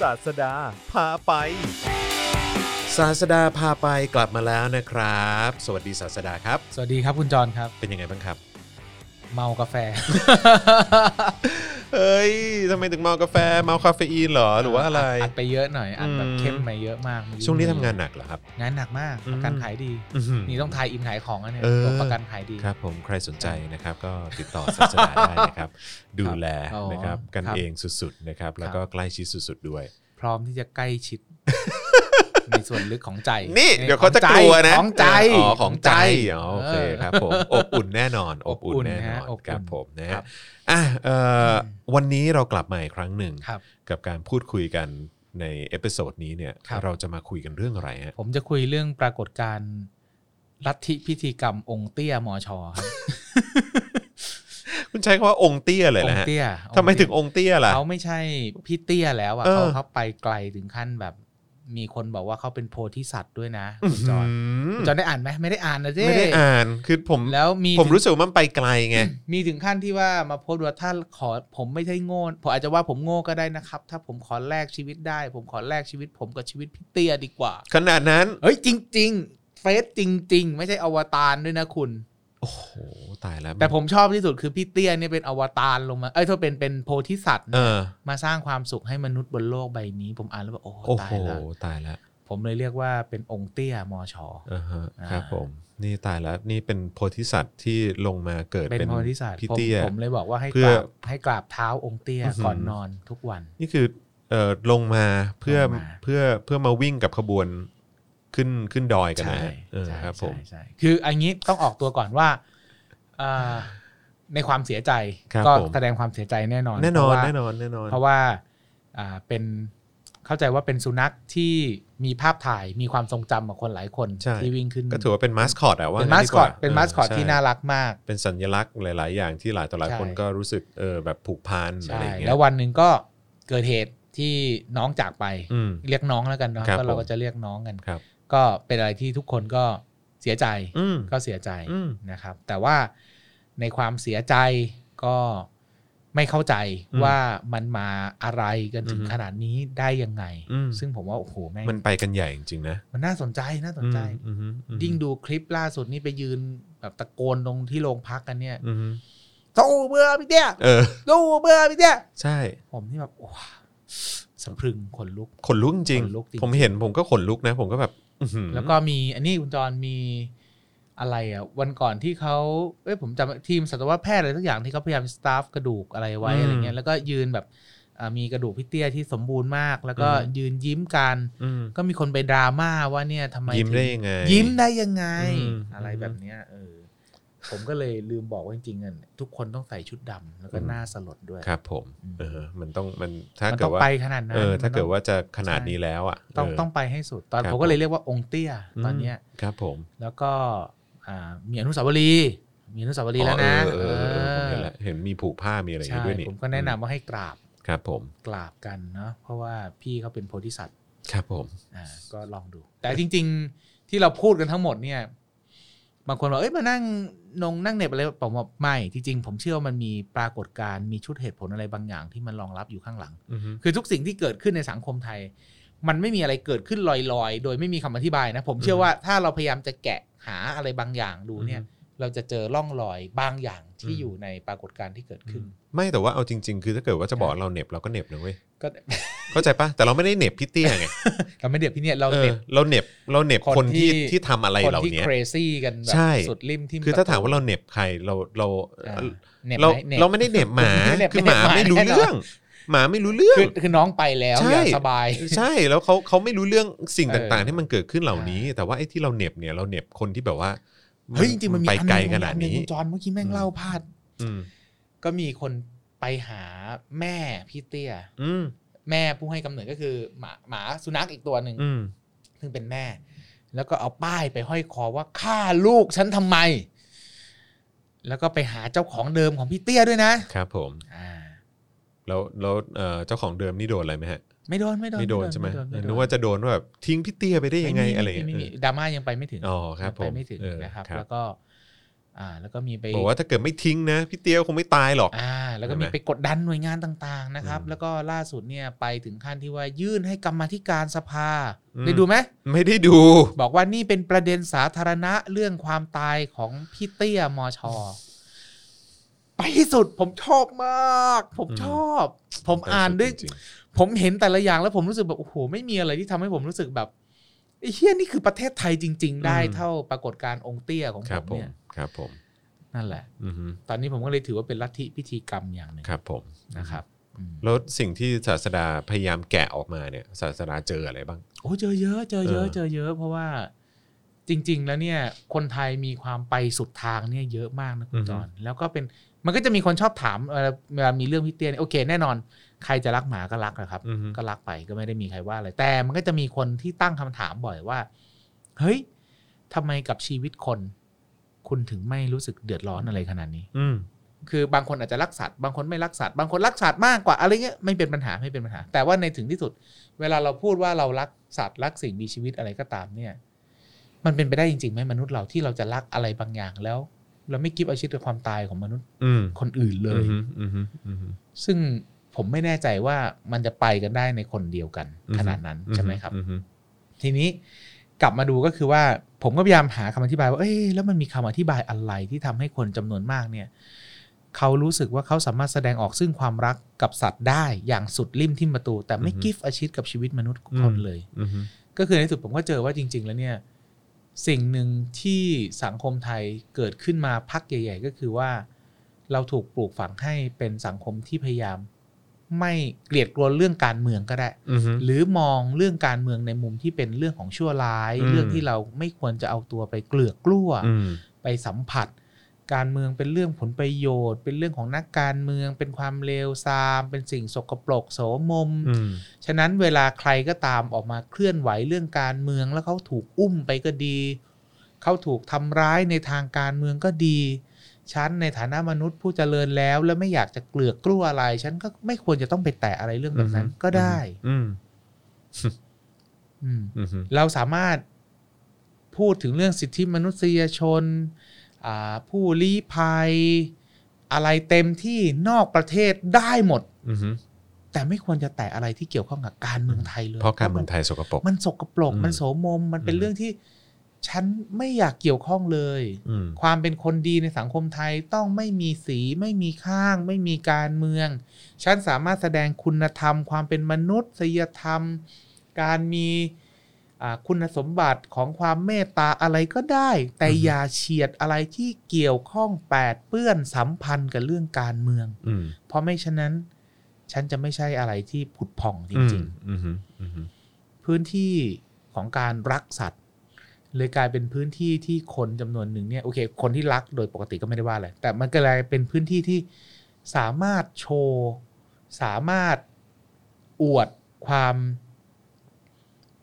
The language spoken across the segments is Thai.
ศาสดา พาไป ศาสดาพาไปกลับมาแล้วนะครับ สวัสดีศาสดาครับ สวัสดีครับคุณจรครับ เป็นยังไงบ้างครับ เมา กาแฟ เฮ้ยทำไมถึงเมากาแฟเมาคาเฟอีนเหรอหรือว่าอะไร ดไปเยอะหน่อยอัดแบบ อืม เข้มมาเยอะมากมี ช่วงนี้ทำงานหนักเหรอครับ งานหนักมาก อืม ประกันขายดี อื้อหือ นี่ต้องทายอินขายของอันเนี่ย เออ บอกประกันขายดี ครับผมใครสนใจนะครับก็ติดต่อศาสดาได้นะครับ ดูแล อ๋อ นะครับกัน ครับ เองสุดๆนะครับแล้วก็ ครับ ใกล้ชิดสุดๆด้วย พร้อมที่จะใกล้ ชิด ในส่วนลึกของใจ นี่ ใ เดี๋ยวเขาจะกลัวนะ ของใจ อ๋อของใจอ๋อโอเค อ ครับผมอบอุ่นแน่ นอนอบอุ่นแน่นอน อบอุ่นนะอบอุ่น ครับผมนะ ครั ฮะ บ อ่ะเอ่อวันนี้เรากลับมาอีกครั้งหนึ่ง ครับ กับการพูดคุยกันในเอพิโซดนี้เนี่ย ครับ เราจะมาคุยกันเรื่องอะไรฮะ ผมจะคุยเรื่องปรากฏการณ์ลัทธิพิธีกรรมองค์เตี้ยมอชอครับ คุณใช้คำว่าองค์เตี้ยเลย อ แห ง ละ ค์ ฮะ เตี้ยองค์เตี้ย ทำไมถึงองค์เตี้ยล่ะ เขาไม่ใช่พี่เตี้ยแล้วอ่ะ เออ เขาเขาไปไกลถึงขั้นแบบ มีคนบอกว่าเขาเป็นโพธิสัตว์ด้วยนะคุณจอน ม คุณจอนได้อ่านไหมไม่ได้อ่านนะเจ้ ไม่ได้อ่านคือผม แล้วมี ผมรู้สึกว่ามันไปไกลไง มีถึงขั้นที่ว่ามาโพสต์ว่าถ้าขอผมไม่ใช่โง่ผมอาจจะว่าผมโง่ก็ได้นะครับ ถ้าผมขอแลกชีวิตได้ ผมขอแลกชีวิต ผมกับชีวิตพี่เตี้ยดีกว่า ขนาดนั้น เฮ้ยจริง ๆ เฟซจริง ๆ ไม่ใช่อวตารด้วยนะคุณ โอ้โห ตายแล้ว แต่ผมชอบที่สุดคือพี่เตี้ยเนี่ยเป็นอวตารลงมาเอ้ยถ้าเป็นเป็นโพธิสัตว์นะ เออ มาสร้างความสุขให้มนุษย์บนโลกใบนี้ ผมอ่านแล้วแบบโอ้ โอ้ ตา โห ยแล้ว ตายแล้ว ผมเลยเรียกว่าเป็นองค์เตี้ยมอชอ อ่าฮะ อ่า ครับผม นี่ตายแล้ว นี่เป็นโพธิสัตว์ที่ลงมาเกิด เป็นโพธิสัตว์ พี่ ผม เตี้ย ผมเลยบอกว่าให้ เพื่อกราบให้กราบเท้าองค์เตี้ย อื้อหือ ก่อนนอนทุกวัน นี่คือเอ่อลงมาเพื่อ ลงมา เพื่อเพื่อมาวิ่งกับขบวนขึ้นขึ้นดอยกันนะ ใช่ ฮะเออ ใช่ ครับผ ใช่ ม ใช่คืออันนี้ต้องออกตัวก่อนว่าอ่าในความเสียใจ ครับ ก็ ผม แสดงความเสียใจแน่นอน แน่นอน เพราะว่า แน่นอนแน่นอน เพราะว่าอ่าเป็นเข้าใจว่าเป็นสุนัขที่มีภาพถ่ายมีความทรงจำของคนหลายคน ใช่ ที่วิ่งขึ้น ก็ถือว่าเป็นมาสคอตอะว่า เป็น งั้ มาส ดี ค ก อ ว่ ตเป็นมาสคอต ใช่ ที่น่ารักมาก เป็นสัญลักษณ์หลาย ๆ อย่างที่หลายต่อหลาย ใช่ คนก็รู้สึกเออแบบผูกพันอะ ใช่ ไรอย่างเงี้ย แล้ววันหนึ่งก็เกิดเหตุที่น้องจากไป อืม เรียกน้องแล้วกันเนาะ ครับ ก็เรา ผม ก็จะเรียกน้องกัน ครับ ก็เป็นอะไรที่ทุกคนก็เสียใจ อืม ก็เสียใจ อืม นะครับ แต่ว่าในความเสียใจก็ไม่เข้าใจ อืม ว่ามันมาอะไรกันถึง อือฮึ ขนาดนี้ได้ยังไง อืม ซึ่งผมว่าโอ้โหแม่ง มันไปกันใหญ่จริงๆนะ มันน่าสนใจน่าสนใจ อืมอืมอืม ยิ่งดูคลิปล่าสุดนี่ไปยืนแบบตะโกนตรงที่โรงพักกันเนี่ย อืม สู้เบื่อพี่เตี้ย เออ สู้เบื่อพี่เตี้ย ใช่ ผมนี่แบบว้าสะพรึงขนลุก ขนลุกจริง ขนลุกจริง ผมเห็นผมก็ขนลุกนะ ผมก็แบบอื้อหือ แล้วก็มีอันนี้คุณจรมีอะไรอ่ะวันก่อนที่เขาเอ้ยผมจำทีมสัตวแพทย์อะไรสักอย่างที่เขาพยายามสตาฟกระดูกอะไรไว้อะไรเงี้ยแล้วก็ยืนแบบอ่ามีกระดูกพี่เตี้ยที่สมบูรณ์มาก แล้วก็ยืนยิ้มกัน อืม ก็มีคนไปดราม่าว่าเนี่ยทำไม ยิ้ม ถึง ได้ยังไง ยิ้มได้ยังไง อืม อะไรแบบเนี้ยเออผมก็เลยลืมบอกว่าจริงๆอ่ะทุกคนต้องใส่ชุดดำแล้วก็หน้าสลดด้วย ครับ ผม อืม เออมันต้องมันถ้า มัน เกิดต้อง ว่า ไปขนาดนั้น เออ ถ้า มันต้ เกิด ง ว่าจะขนาด ใช่ นี้แล้วอ่ะ ต้อง เ ต้องไปให้สุดตอน ครับ ผมก็เลยเรียกว่าองค์เตี้ยตอนเนี้ย มครับผม แล้วก็อ่ามีอนุสาวรีย์มีอนุสาวรีย์แล้วนะ อ๋อเออเออเออผมเห็น เอ แล้วเห็นมีผูกผ้ามีอะไร อ อย่าง ใช่ งี้ด้วยนี่ ผมก็แนะนำว่าให้กราบ ครับผม กราบกันเนาะเพราะว่าพี่เขาเป็นโพธิสัตว์ ครับผม อ่าก็ลองดู แต่จริง ๆที่เราพูดกันทั้งหมดเนี่ยบางคนบอกเอ้ยมานั่งนงนั่งเหน็บอะไรผมบอกไม่ จริง ๆ ผมเชื่อว่ามันมีปรากฏการณ์มีชุดเหตุผลอะไรบางอย่างที่มันรองรับอยู่ข้างหลัง อือฮึ คือทุกสิ่งที่เกิดขึ้นในสังคมไทย มันไม่มีอะไรเกิดขึ้นลอยๆ โดยไม่มีคำอธิบายนะ ผมเชื่อว่าถ้าเราพยายามจะแกะหาอะไรบางอย่างดูเนี่ย อืม เราจะเจอร่องรอยบางอย่างที่ อืม อยู่ในปรากฏการณ์ที่เกิดขึ้น ไม่แต่ว่าเอาจริง ๆ คือถ้าเกิดว่าจะบอกเราเหน็บเราก็เหน็บนะเว้ย ก็ เข้าใจปะแต่เราไม่ได้เหน็บพี่เตี้ยไง เราไม่เด็บพี่เนี่ยเรา เออ เด็บ เราเหน็บเราเหน็บ ค คน น ที่ ที่ที่ทำอะไร คน เหล่า ที่ เนี้ย crazy กันแบ ใช่ บสุดริมที่ คือถ้าถามว่าเราเหน็บใครเราเรา เน็บ เรา ไหมน็บ เราไม่ได้เหน็บหมา ไม่ได้เหน็บ คือหมาไม่ไม่ได้ รู้ เหน็บ เรื่อง หมาไม่รู้เรื่อง คือคือน้องไปแล้ว ใช่ อย่าสบาย ใช่แล้วเขาเขาไม่รู้เรื่องสิ่ง เออ ต่างๆ ที่มันเกิดขึ้นเหล่านี้ แต่ว่าไอ้ที่เราเหน็บเนี่ยเราเหน็บคนที่แบบว่า เฮ้ยจริงๆมันมี ไป อันห ไกล นึ่ง ขนาดนี้ อัหงคุณจอนเมื่อกี้แม่ง อืม เล่าพลาด อืม ก็มีคนไปหาแม่พี่เตี้ย อืม แม่ผู้ให้กำเนิดก็คือหมาหมาสุนัขอีกตัวหนึ่ง อืม ซึ่งเป็นแม่ แล้วก็เอาป้ายไปห้อยคอว่าฆ่าลูกฉันทำไม แล้วก็ไปหาเจ้าของเดิมของพี่เตี้ยด้วยนะครับ ผม อ่า แล้วแล้วเอ่อเจ้าของเดิมนี่โดนอะไรไหมฮะ ไม่โดนไม่โดน ไม่โดนใช่ไหม โด นึกว่าจะโดนว่าแบบทิ้งพี่เตี้ยไปได้ยังไงอะไรอย่าง ม่มีม่มี เงี้ย ดราม่ายังไปไม่ถึง อ๋อครับผม ไปไม่ถึง เออ นะครับ ครั แล้ บ วก็ อ่า แล้วก็มีไป บอกว่าถ้าเกิดไม่ทิ้งนะพี่เตี้ยคงไม่ตายหรอก อ่าแล้วก็ ใช่ไหม มีไปกดดันหน่วยงานต่างๆนะครับ อืม แล้วก็ล่าสุดเนี่ยไปถึงขั้นที่ว่ายื่นให้กรรมาธิการสภา อืม ได้ดูไหม ไม่ได้ดู บอกว่านี่เป็นประเด็นสาธารณะเรื่องความตายของพี่เตี้ยมอชอไปที่สุดผมชอบมาก ผม อืม ชอบ ผมอ่านด้วย จริง ผมเห็นแต่ละอย่างแล้วผมรู้สึกแบบโอ้โหไม่มีอะไรที่ทำให้ผมรู้สึกแบบไอ้เฮี้ยนี่คือประเทศไทยจริง ๆ ได้เท่าปรากฏการณ์องค์เตี้ยของ ๆค ผ รับ ม ผม เนี่ย ครับผม นั่นแหละ อือฮึ ตอนนี้ผมก็เลยถือว่าเป็นลัทธิพิธีกรรมอย่างหนึ่ง ครับผม นะครับอืม แล้วสิ่งที่ศาสดาพยายามแกะออกมาเนี่ย ศาสดาเจออะไรบ้าง โอ้เจอเยอะเจอเยอะ เออ เจอเยอะ เพราะว่าจริง ๆ แล้วเนี่ย คนไทยมีความไปสุดทางเนี่ยเยอะมากนะคุณจอนแล้วก็เป็นมันก็จะมีคนชอบถามเวลาเวลามีเรื่องพี่เตี้ยเนี่ยโอเค แน่นอน ใครจะรักหมาก็รักนะครับ อือฮึ ก็รักไปก็ไม่ได้มีใครว่าอะไรแต่มันก็จะมีคนที่ตั้งคำถามบ่อยว่า เฮ้ยทำไมกับชีวิตคน คุณถึงไม่รู้สึกเดือดร้อนอะไรขนาดนี้ อืม คือบางคนอาจจะรักสัตว์บางคนไม่รักสัตว์บางคนรักสัตว์มากกว่าอะไรเงี้ยไม่เป็นปัญหาไม่เป็นปัญหา แต่ว่าในถึงที่สุด เวลาเราพูดว่าเรารักสัตว์รักสิ่งมีชีวิตอะไรก็ตามเนี่ย มันเป็นไปได้จริงๆไหมมนุษย์เราที่เราจะรักอะไรบางอย่างแล้ว เราไม่กิฟเอาชีวิตกับความตายของมนุษย์ อืม คนอื่นเลย อือฮึอือฮึอือฮึ ซึ่งผมไม่แน่ใจว่ามันจะไปกันได้ในคนเดียวกัน อือฮึ ขนาดนั้นใช่ไหมครับ อือฮึ ทีนี้กลับมาดูก็คือว่าผมก็พยายามหาคำอธิบายว่าเอ้ยแล้วมันมีคำอธิบายอะไรที่ทำให้คนจำนวนมากเนี่ยเขารู้สึกว่าเขาสามารถแสดงออกซึ่งความรักกับสัตว์ได้อย่างสุดริมทิมประตู แต่ไม่กิฟอาชีพกับชีวิตมนุษย์คนเลย อือฮึ ก็คือในที่สุดผมก็เจอว่าจริง ๆ แล้วเนี่ยสิ่งหนึ่งที่สังคมไทยเกิดขึ้นมาพักใหญ่ ๆ ก็คือว่า เราถูกปลูกฝังให้เป็นสังคมที่พยายาม ไม่เกลียดกลัวเรื่องการเมืองก็ได้ อือฮึ หรือมองเรื่องการเมืองในมุมที่เป็นเรื่องของชั่วร้าย อืม เรื่องที่เราไม่ควรจะเอาตัวไปเกลือกกลัว อืม ไปสัมผัส การเมืองเป็นเรื่องผลประโยชน์ เป็นเรื่องของนักการเมือง เป็นความเลวทราม เป็นสิ่งสกปรกโสมม อืม ฉะนั้นเวลาใครก็ตามออกมาเคลื่อนไหวเรื่องการเมืองแล้วเขาถูกอุ้มไปก็ดี เขาถูกทำร้ายในทางการเมืองก็ดีฉันในฐานะมนุษย์ผู้เจริญแล้ว และไม่อยากจะเกลือกกลัวอะไรฉันก็ไม่ควรจะต้องไปแตะอะไรเรื่องแบบนั้นก็ได้ อืม อืม อือฮึ เราสามารถพูดถึงเรื่องสิทธิมนุษยชนอ่าผู้ลี้ภัย อะไรเต็มที่นอกประเทศได้หมด อือฮึ แต่ไม่ควรจะแตะอะไรที่เกี่ยวข้องกับการเมืองไทยเลย เพราะการเมืองไทยสกปรก มันสกปรก อืม มันโสมม มันเป็น อืม เรื่องที่ฉันไม่อยากเกี่ยวข้องเลย อืม ความเป็นคนดีในสังคมไทยต้องไม่มีสีไม่มีข้าง ไม่มีการเมือง ฉันสามารถแสดงคุณธรรม ความเป็นมนุษยธรรม การมีอ่าคุณสมบัติของความเมตตาอะไรก็ได้ แต่ อือฮึ อย่าเฉียดอะไรที่เกี่ยวข้องแปดเปื้อนสัมพันธ์กับเรื่องการเมือง อืม เพราะไม่ฉะนั้น ฉันจะไม่ใช่อะไรที่ผุดผ่องจริง ๆ อือฮึอือฮึ พื้นที่ของการรักสัตว์ เลยกลายเป็นพื้นที่ที่คนจำนวนหนึ่งเนี่ยโอเค คนที่รักโดยปกติก็ไม่ได้ว่าอะไรแต่มันก็เลยเป็นพื้นที่ที่สามารถโชว์ สามารถอวดความ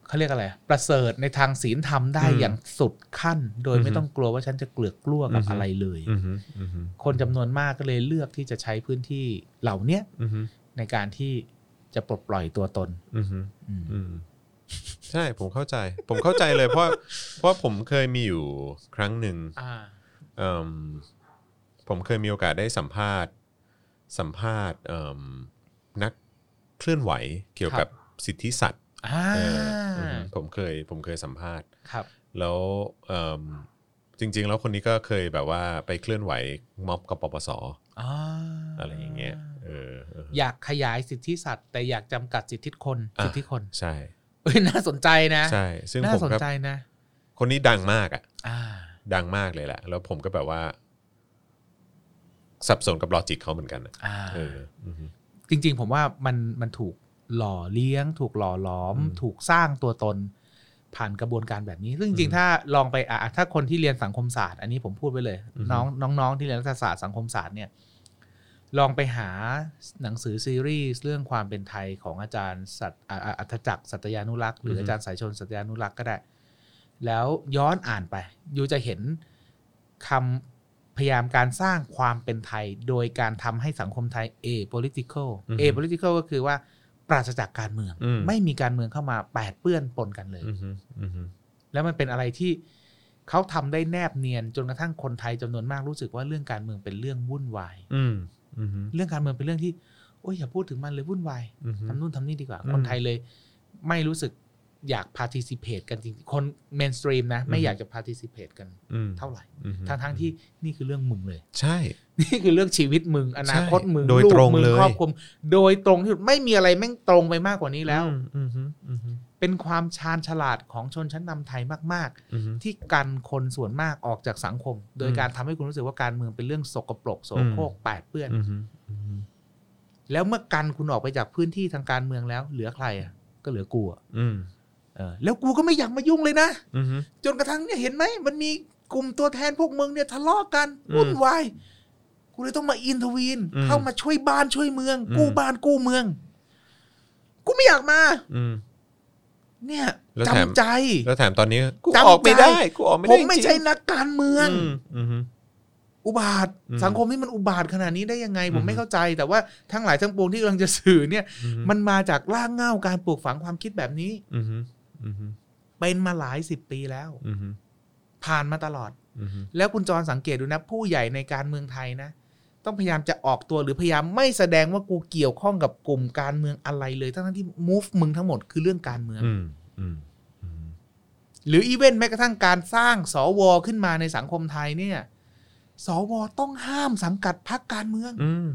เขาเรียกอะไร ประเสริฐในทางศีลธรรมได้ อืม อย่างสุดขั้น โดย อือฮึ ไม่ต้องกลัวว่าฉันจะเกลือกกลัวกับ อือฮึ อะไรเลย อือฮึอือฮึ คนจำนวนมากก็เลยเลือกที่จะใช้พื้นที่เหล่าเนี้ย อือฮึ ในการที่จะปลดปล่อยตัวตน อือฮึ อืม อืมใช่ผมเข้าใจ ผมเข้าใจเลยเพราะเพราะผมเคยมีอยู่ครั้งหนึ่งเอิ่มผมเคยมีโอกาสได้สัมภาษณ์ สัมภาษณ์เอิ่มนักเคลื่อนไหวเกี่ยวกับสิทธิสัตว์ อ่า เอออือฮึผมเคยผมเคยสัมภาษณ์ ครับ แล้วเอิ่มจริง ๆ แล้วคนนี้ก็เคยแบบว่าไปเคลื่อนไหวม็อบกับปปส อ่า อะไรอย่างเงี้ยเออเออ อยากขยายสิทธิสัตว์แต่อยากจำกัดสิทธิคน อ่ะ สิทธิคน ใช่ เอ้ยน่าสนใจนะ ใช่ ซึ่ง น่า ผม สน ก็ ใจนะ คนนี้ดังมากอ่ะ อ่า ดังมากเลยแหละ แล้วผมก็แบบว่า สับสนกับลอจิกเขาเหมือนกันอะ อ่า เอออือฮึ จริง ๆ ผมว่ามันมันถูกหล่อเลี้ยง ถูกหล่อหลอม อืม ถูกสร้างตัวตน ผ่านกระบวนการแบบนี้ ซึ่งจริ อื ง ม ๆถ้าลองไปอ่ะถ้าคนที่เรียนสังคมศาสตร์ อันนี้ผมพูดไว้เลย อือฮึ น้องน้องๆที่เรียนรัฐศาสตร์สังคมศาสตร์เนี่ย ลองไปหาหนังสือซีรีส์เรื่องความเป็นไทยของอาจารย์สัตอ่ะอ่ะอัธจักรสัตยานุรักษ์หรืออาจารย์สายชนสัตยานุรักษ์ก็ได้ แล้วย้อนอ่านไปยูจะเห็นคำพยายามการสร้างความเป็นไทย โดยการทำให้สังคมไทย apolitical อือฮึ apolitical ก็คือว่าปราศจากการเมือง อืม ไม่มีการเมืองเข้ามาแปดเปื้อนปนกันเลย อือฮึอือฮึ แล้วมันเป็นอะไรที่ เขาทำได้แนบเนียนจนกระทั่งคนไทยจำนวนมากรู้สึกว่าเรื่องการเมืองเป็นเรื่องวุ่นวาย อืมอืมฮึ เรื่องการเมืองเป็นเรื่องที่โอ้ยอย่าพูดถึงมันเลยวุ่นวาย อืมฮึ ทำนู่นทำนี่ดีกว่า อืม คนไทยเลย ไม่รู้สึกอยาก participate กันจริงๆคน mainstream นะ ไม่ อืม อยากจะ participate กัน อืม เท่าไหร่ อืมฮึ ทั้งทั้งๆที่นี่คือเรื่องมึงเลย ใช่ นี่คือเรื่องชีวิตมึงอนาคตมึง โดย ลูก ตรง มึ เลย ครอบครัวมึงโดยตรงที่สุดไม่มีอะไรแม่งตรงไปมากกว่านี้แล้ว อืมฮึอืมฮึ เป็นความชาญฉลาดของชนชั้นนำไทยมาก อืมฮึ ๆ ที่กันคนส่วนมากออกจากสังคม โดยการทำให้คุณรู้สึกว่าการเมืองเป็นเรื่องสกปรกโสโครกแปดเปื้อน อืมฮึอืมฮึ แล้วเมื่อกันคุณออกไปจากพื้นที่ทางการเมืองแล้ว เหลือใครอ่ะก็เหลือกูอ่ะ อืม เออแล้วกูก็ไม่อยากมายุ่งเลยนะ อืมฮึ จนกระทั่งเนี่ยเห็นไหมมันมีกลุ่มตัวแทนพวกมึงเนี่ยทะเลาะกัน อืม วุ่นวายกูเลยต้องมาอินทวีน อืม เข้ามาช่วยบ้านช่วยเมือง อืม กู้บ้านกู้เมือง กูไม่อยากมา อืม เนี่ย แล้ว จำ แถม ใจ แล้วแถมตอนนี้กู จำใจ ออกไม่ได้กูออกไม่ ผ ได้ มไม่ จริงๆ ใช่นักการเมือง มอืมฮึ อุบาท อืม สังคมนี่มันอุบาทขนาดนี้ได้ยังไง ผ อื ม ม ไม่เข้าใจ แต่ว่าทั้งหลายทั้งปวงที่กำลังจะสื่อเนี่ย อืฮึ มันมาจากล่างเหง่าการปลูกฝังความคิดแบบนี้ อืมฮึอืมฮึ เป็นมาหลายสิบปีแล้ว อืมฮึ ผ่านมาตลอด อืมฮึ แล้วคุณจรสังเกตดูนะ ผู้ใหญ่ในการเมืองไทยนะ ต้องพยายามจะออกตัวหรือพยายามไม่แสดงว่ากูเกี่ยวข้องกับกลุ่มการเมืองอะไรเลย ทั้งๆที่ move มึงทั้งหมดคือเรื่องการเมือง อืมอืมอืม หรืออีเวนต์แม้กระทั่งการสร้างสวขึ้นมาในสังคมไทยเนี่ย สวต้องห้ามสังกัดพรรคการเมือง อืม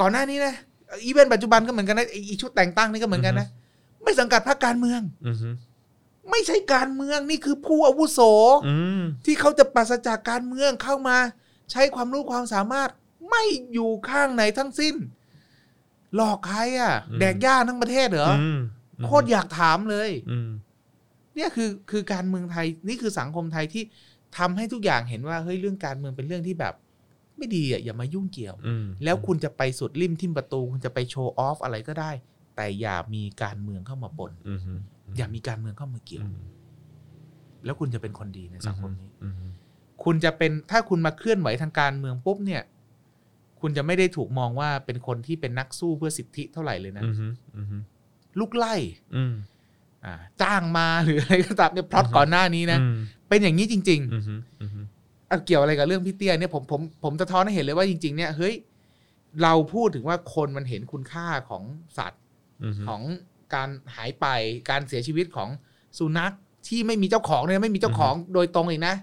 ก่อนหน้านี้นะอีเวนต์ปัจจุบันก็เหมือนกันนะไอ้ไอีชุดแต่งตั้งนี่ก็เหมือนกันนะไม่สังกัดพรรคการเมือง อืมฮึ ไม่ใช่การเมืองนี่คือผู้อาวุโส อืม ที่เขาจะปราศจากการเมืองเข้ามา ใช้ความรู้ความสามารถไม่อยู่ข้างไหนทั้งสิ้น หลอกใครอะ่ะ แดกย่าทั้งประเทศเหรอ ม โคตรอยากถามเลย อืม เนี่ยคือคือการเมืองไทยนี่คือสังคมไทยที่ทำให้ทุกอย่างเห็นว่าเฮ้ยเรื่องการเมืองเป็นเรื่องที่แบบ ไม่ดีอะ่ะอย่ามายุ่งเกี่ยว อืม แล้วคุณจะไปสุดริมทิมประตู คุณจะไปโชว์ออฟอะไรก็ได้ แต่อย่ามีการเมืองเข้ามาปน อืมฮึ อย่ามีการเมืองเข้ามาเกี่ยว แล้วคุณจะเป็นคนดีในสังคมนี้ อืมฮึ คุณจะเป็นถ้าคุณมาเคลื่อนไหวทางการเมืองปุ๊บเนี่ย คุณจะไม่ได้ถูกมองว่าเป็นคนที่เป็นนักสู้เพื่อสิทธิเท่าไหร่เลยนะ อืมฮึอืมฮึ ลูกไล่ อืม อ่าจ้างมาหรืออะไรก็ตามเนี่ยพล็อต อือฮึ ก่อนหน้านี้นะ อืม เป็นอย่างนี้จริง อืมฮึอืมฮึ ๆเอาเกี่ยวอะไรกับเรื่องพี่เตี้ยเนี่ยผมผมผมสะท้อนให้เห็นเลยว่าจริง ๆ เนี่ยเฮ้ยเราพูดถึงว่าคนมันเห็นคุณค่าของสัตว์ อืมฮึ ของการหายไปการเสียชีวิตของสุนัขที่ไม่มีเจ้าของเนี่ยไม่มีเจ้าของโดยตรงเลยนะ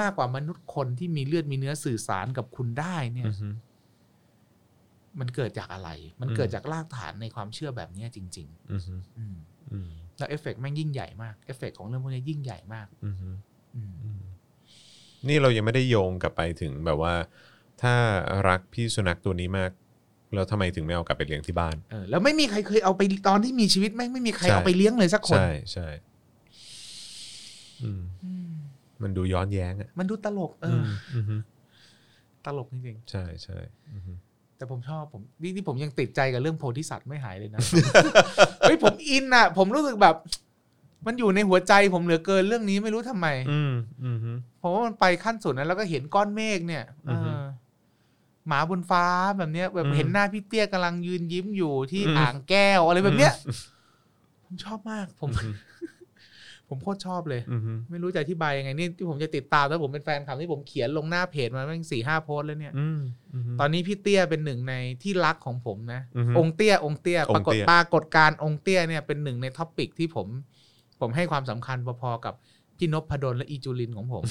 มากกว่ามนุษย์คนที่มีเลือดมีเนื้อสื่อสารกับคุณได้เนี่ย อืมฮึ มันเกิดจากอะไร มัน อืม เกิดจากรากฐานในความเชื่อแบบเนี้ยจริง อืมฮึ ๆ อืม อืม แล้วเอฟเฟกต์แม่งยิ่งใหญ่มาก เอฟเฟกต์ของเรื่องพวกเนี้ยยิ่งใหญ่มาก อืมฮึ อืม อืมนี่เรายังไม่ได้โยงกลับไปถึงแบบว่า ถ้ารักพี่สุนัขตัวนี้มาก แล้วทำไมถึงไม่เอากลับไปเลี้ยงที่บ้าน เออ แล้วไม่มีใครเคยเอาไปตอนที่มีชีวิตแม่งไม่มีใคร ใช่ เอาไปเลี้ยงเลยสักคน ใช่ใช่อืม อืม มันดูย้อนแย้งอ่ะ มันดูตลก เอออ มอืมฮึ ตลกจริง ใช่ใช่อืมฮึ ๆ แต่ผมชอบผมนี่นี่ผมยังติดใจกับเรื่องโพธิสัตว์ไม่หายเลย นะ เฮ้ยผมอินอ่ะ ผมรู้สึกแบบ มันอยู่ในหัวใจผมเหลือเกินเรื่องนี้ไม่รู้ทำไม อืมอืมฮึ ผมว่ามันไปขั้นสุดนะแล้วก็เห็นก้อนเมฆเนี่ย อือฮึ เออหมาบนฟ้าแบบเนี้ย แบบ อืม เห็นหน้าพี่เตี้ยกำลังยืนยิ้มอยู่ที่ อืม อ่างแก้วอะไรแบบเนี้ย ผมชอบมากผม อืมฮึ ผมโคตรชอบเลย อืมฮึ ไม่รู้จะอธิบายยังไงนี่ที่ผมจะติดตามแล้วผมเป็นแฟนคลับที่ผมเขียนลงหน้าเพจมาแม่งสี่ห้าโพสต์แล้วเนี่ย อืมอืมฮึ ตอนนี้พี่เตี้ยเป็นหนึ่งในที่รักของผมนะ อือฮึ องค์เตี้ยองค์เตี้ย องค์ ปรากฏ เตี้ย ปรากฏการณ์องค์เตี้ยเนี่ยเป็นหนึ่งในท็อปิกที่ผม ผมให้ความสำคัญพอๆกับพี่นพพดลและอีจูลินของ ผม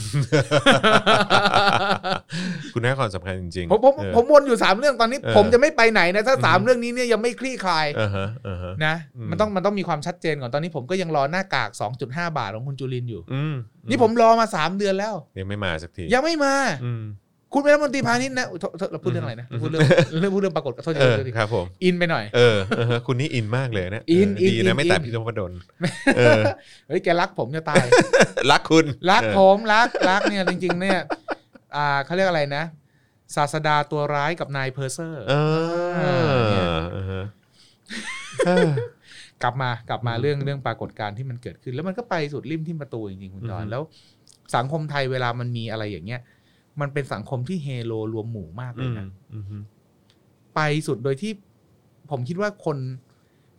คุณให้ความสำคัญจริงๆ ผมผม เออ ผมวนอยู่สามเรื่องตอนนี้ เออ ผมจะไม่ไปไหนนะถ้าสาม อืม เรื่องนี้เนี่ยยังไม่คลี่คลาย อ่าฮะอ่าฮะ นะ อืม มันต้องมันต้องมีความชัดเจนก่อนตอนนี้ผมก็ยังรอหน้ากาก 2.5 บาทของคุณจุลินอยู่ อืม นี่ผมรอมาสามเดือนแล้ว ยังไม่มาสักที ยังไม่มา อืม คุณเป็นรัฐมนตรีพาณิชย์นะอุ๊ยโทษโทษเราพูดเรื่องอะไรนะ อืม พูดเรื่องเรื่องพูดเรื่องปรากฏขอโทษที เออ โทษที ครับผม อินไปหน่อย เออเออฮะคุณนี่อินมากเลยนะ อินอินเดี อิน นะไม่แต่ อิน พี่ธพดลเออ เฮ้ยแกรักผมจะตาย รักคุณ รัก เออ ผมรักรักเนี่ยจริง ๆ เนี่ยอ่าเขาเรียกอะไรนะ ศาสดาตัวร้ายกับนายเพอร์เซอร์ เออเออฮะเออ กลับมากลับมา อืม เรื่องเรื่องปรากฏการณ์ที่มันเกิดขึ้น แล้วมันก็ไปสุดริมที่ประตูจริงๆคุณจอ อื น ม แล้ว สังคมไทยเวลามันมีอะไรอย่างเงี้ย มันเป็นสังคมที่เฮโลรวมหมู่มากเล อื ย ม นะ อืม ไปสุดโดยที่ผมคิดว่าคน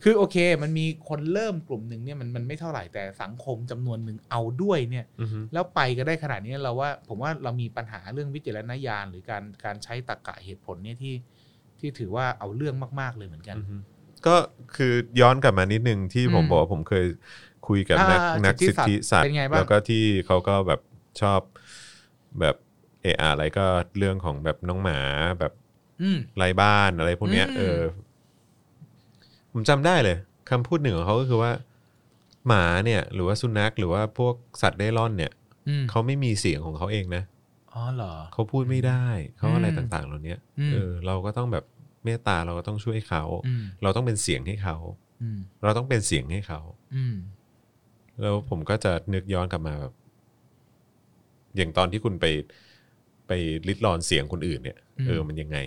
คือโอเค มันมีคนเริ่มกลุ่มหนึ่งเนี่ยมันมันไม่เท่าไหร่แต่สังคมจำนวนหนึ่งเอาด้วยเนี่ย อือฮึ แล้วไปก็ได้ขนาดนี้เราว่า ผมว่าเรามีปัญหาเรื่องวิจารณญาณหรือการการใช้ตรรกะเหตุผลเนี่ยที่ที่ถือว่าเอาเรื่องมากๆเลยเหมือนกัน อือฮึก็คือย้อนกลับมานิดนึงที่ผม อืม บอกว่าผมเคยคุยกับนัก อ่า นักสิสิท ทธิธิสั สั ตตว์เป็น ว์ ไงบ้าง แล้วก็ที่เขาก็แบบชอบแบบเอออะไรก็เรื่องของแบบน้องหมาแบบ อืม ไร้บ้านอะไรพวกเนี้ย อืม เออ ผมจำได้เลยคำพูดหนึ่งของเขาก็คือว่า หมาเนี่ย หรือว่าสุนัขหรือว่าพวกสัตว์เร่ร่อนเนี่ย อืม เขาไม่มีเสียงของเขาเองนะ อ๋อเหรอ เขาพูดไม่ได้เขาอะไร อืม ต่างๆ เหล่าเนี้ย อืม เออ เราก็ต้องแบบเมตตาเราก็ต้องช่วยเขา อืม เราต้องเป็นเสียงให้เขา อืม เราต้องเป็นเสียงให้เขา อืม แล้วผมก็จะนึกย้อนกลับมาแบบ อย่างตอนที่คุณไปไปลิดรอนเสียงคนอื่นเนี่ย อืม เออมันยังไง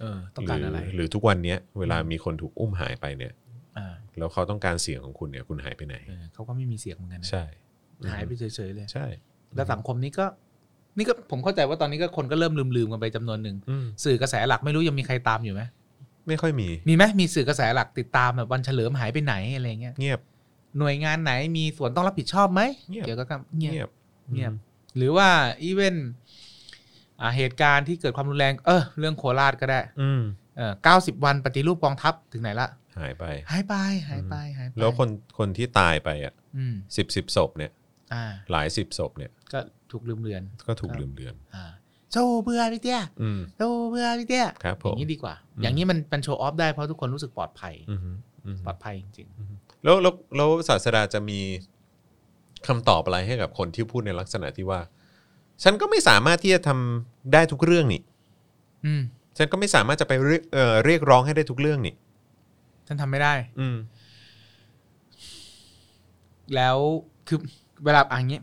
เออ ต้องการอะไร หรือทุกวันเนี้ยเวลามีคนถูกอุ้มหายไปเนี่ย อ่า แล้วเขาต้องการเสียงของคุณเนี่ย คุณหายไปไหน เออเขาก็ไม่มีเสียงเหมือนกันนะ ใช่ หายไปเฉยๆเลย ใช่ แล้วสังคมนี้ก็ นี่ก็ผมเข้าใจว่าตอนนี้ก็คนก็เริ่มลืมๆกันไปจำนวนหนึ่ง อืม สื่อกระแสหลักไม่รู้ยังมีใครตามอยู่ไหม ไม่ค่อยมี มีไหมมีสื่อกระแสหลักติดตามแบบวันเฉลิมหายไปไหนอะไรเงี้ย เงียบ หน่วยงานไหนมีส่วนต้องรับผิดชอบไหม เงียบ เดี๋ยวก็เงียบ บ เงียบ หรือว่าอีเวนอ่าเหตุการณ์ที่เกิดความรุนแรง เออ เรื่องโคราชก็ได้ อืม เออเก้าสิบวันปฏิรูปกองทัพถึงไหนละ หายไป หายไปหายไปหายไป แล้วคนคนที่ตายไปอ่ะ อืม สิบสิบศพเนี่ย อ่า หลายสิบศพเนี่ย ก็ถูกลืมเลือน ก็ถูก ครับ ลืมเลือน อ่าโชว์เบื่อพี่เตี้ย อืม โชว์เบื่อพี่เตี้ย ครับผ อย่าม งนี้ดีกว่า อืม อย่างนี้มันเป็นโชว์ออฟได้เพราะทุกคนรู้สึกปลอดภัย อืมอืม ปลอดภัยจริง แล้วแล้วแล้วศาสดาจะมีคำตอบอะไรให้กับคนที่พูดในลักษณะที่ว่า ฉันก็ไม่สามารถที่จะทำได้ทุกเรื่องนี่ ๆ อืม ฉันก็ไม่สามารถจะไปเรียกเอ่อเรียกร้องให้ได้ทุกเรื่องนี่ ฉันทำไม่ได้ อืม แล้วคือเวลาอ่านอย่างนี้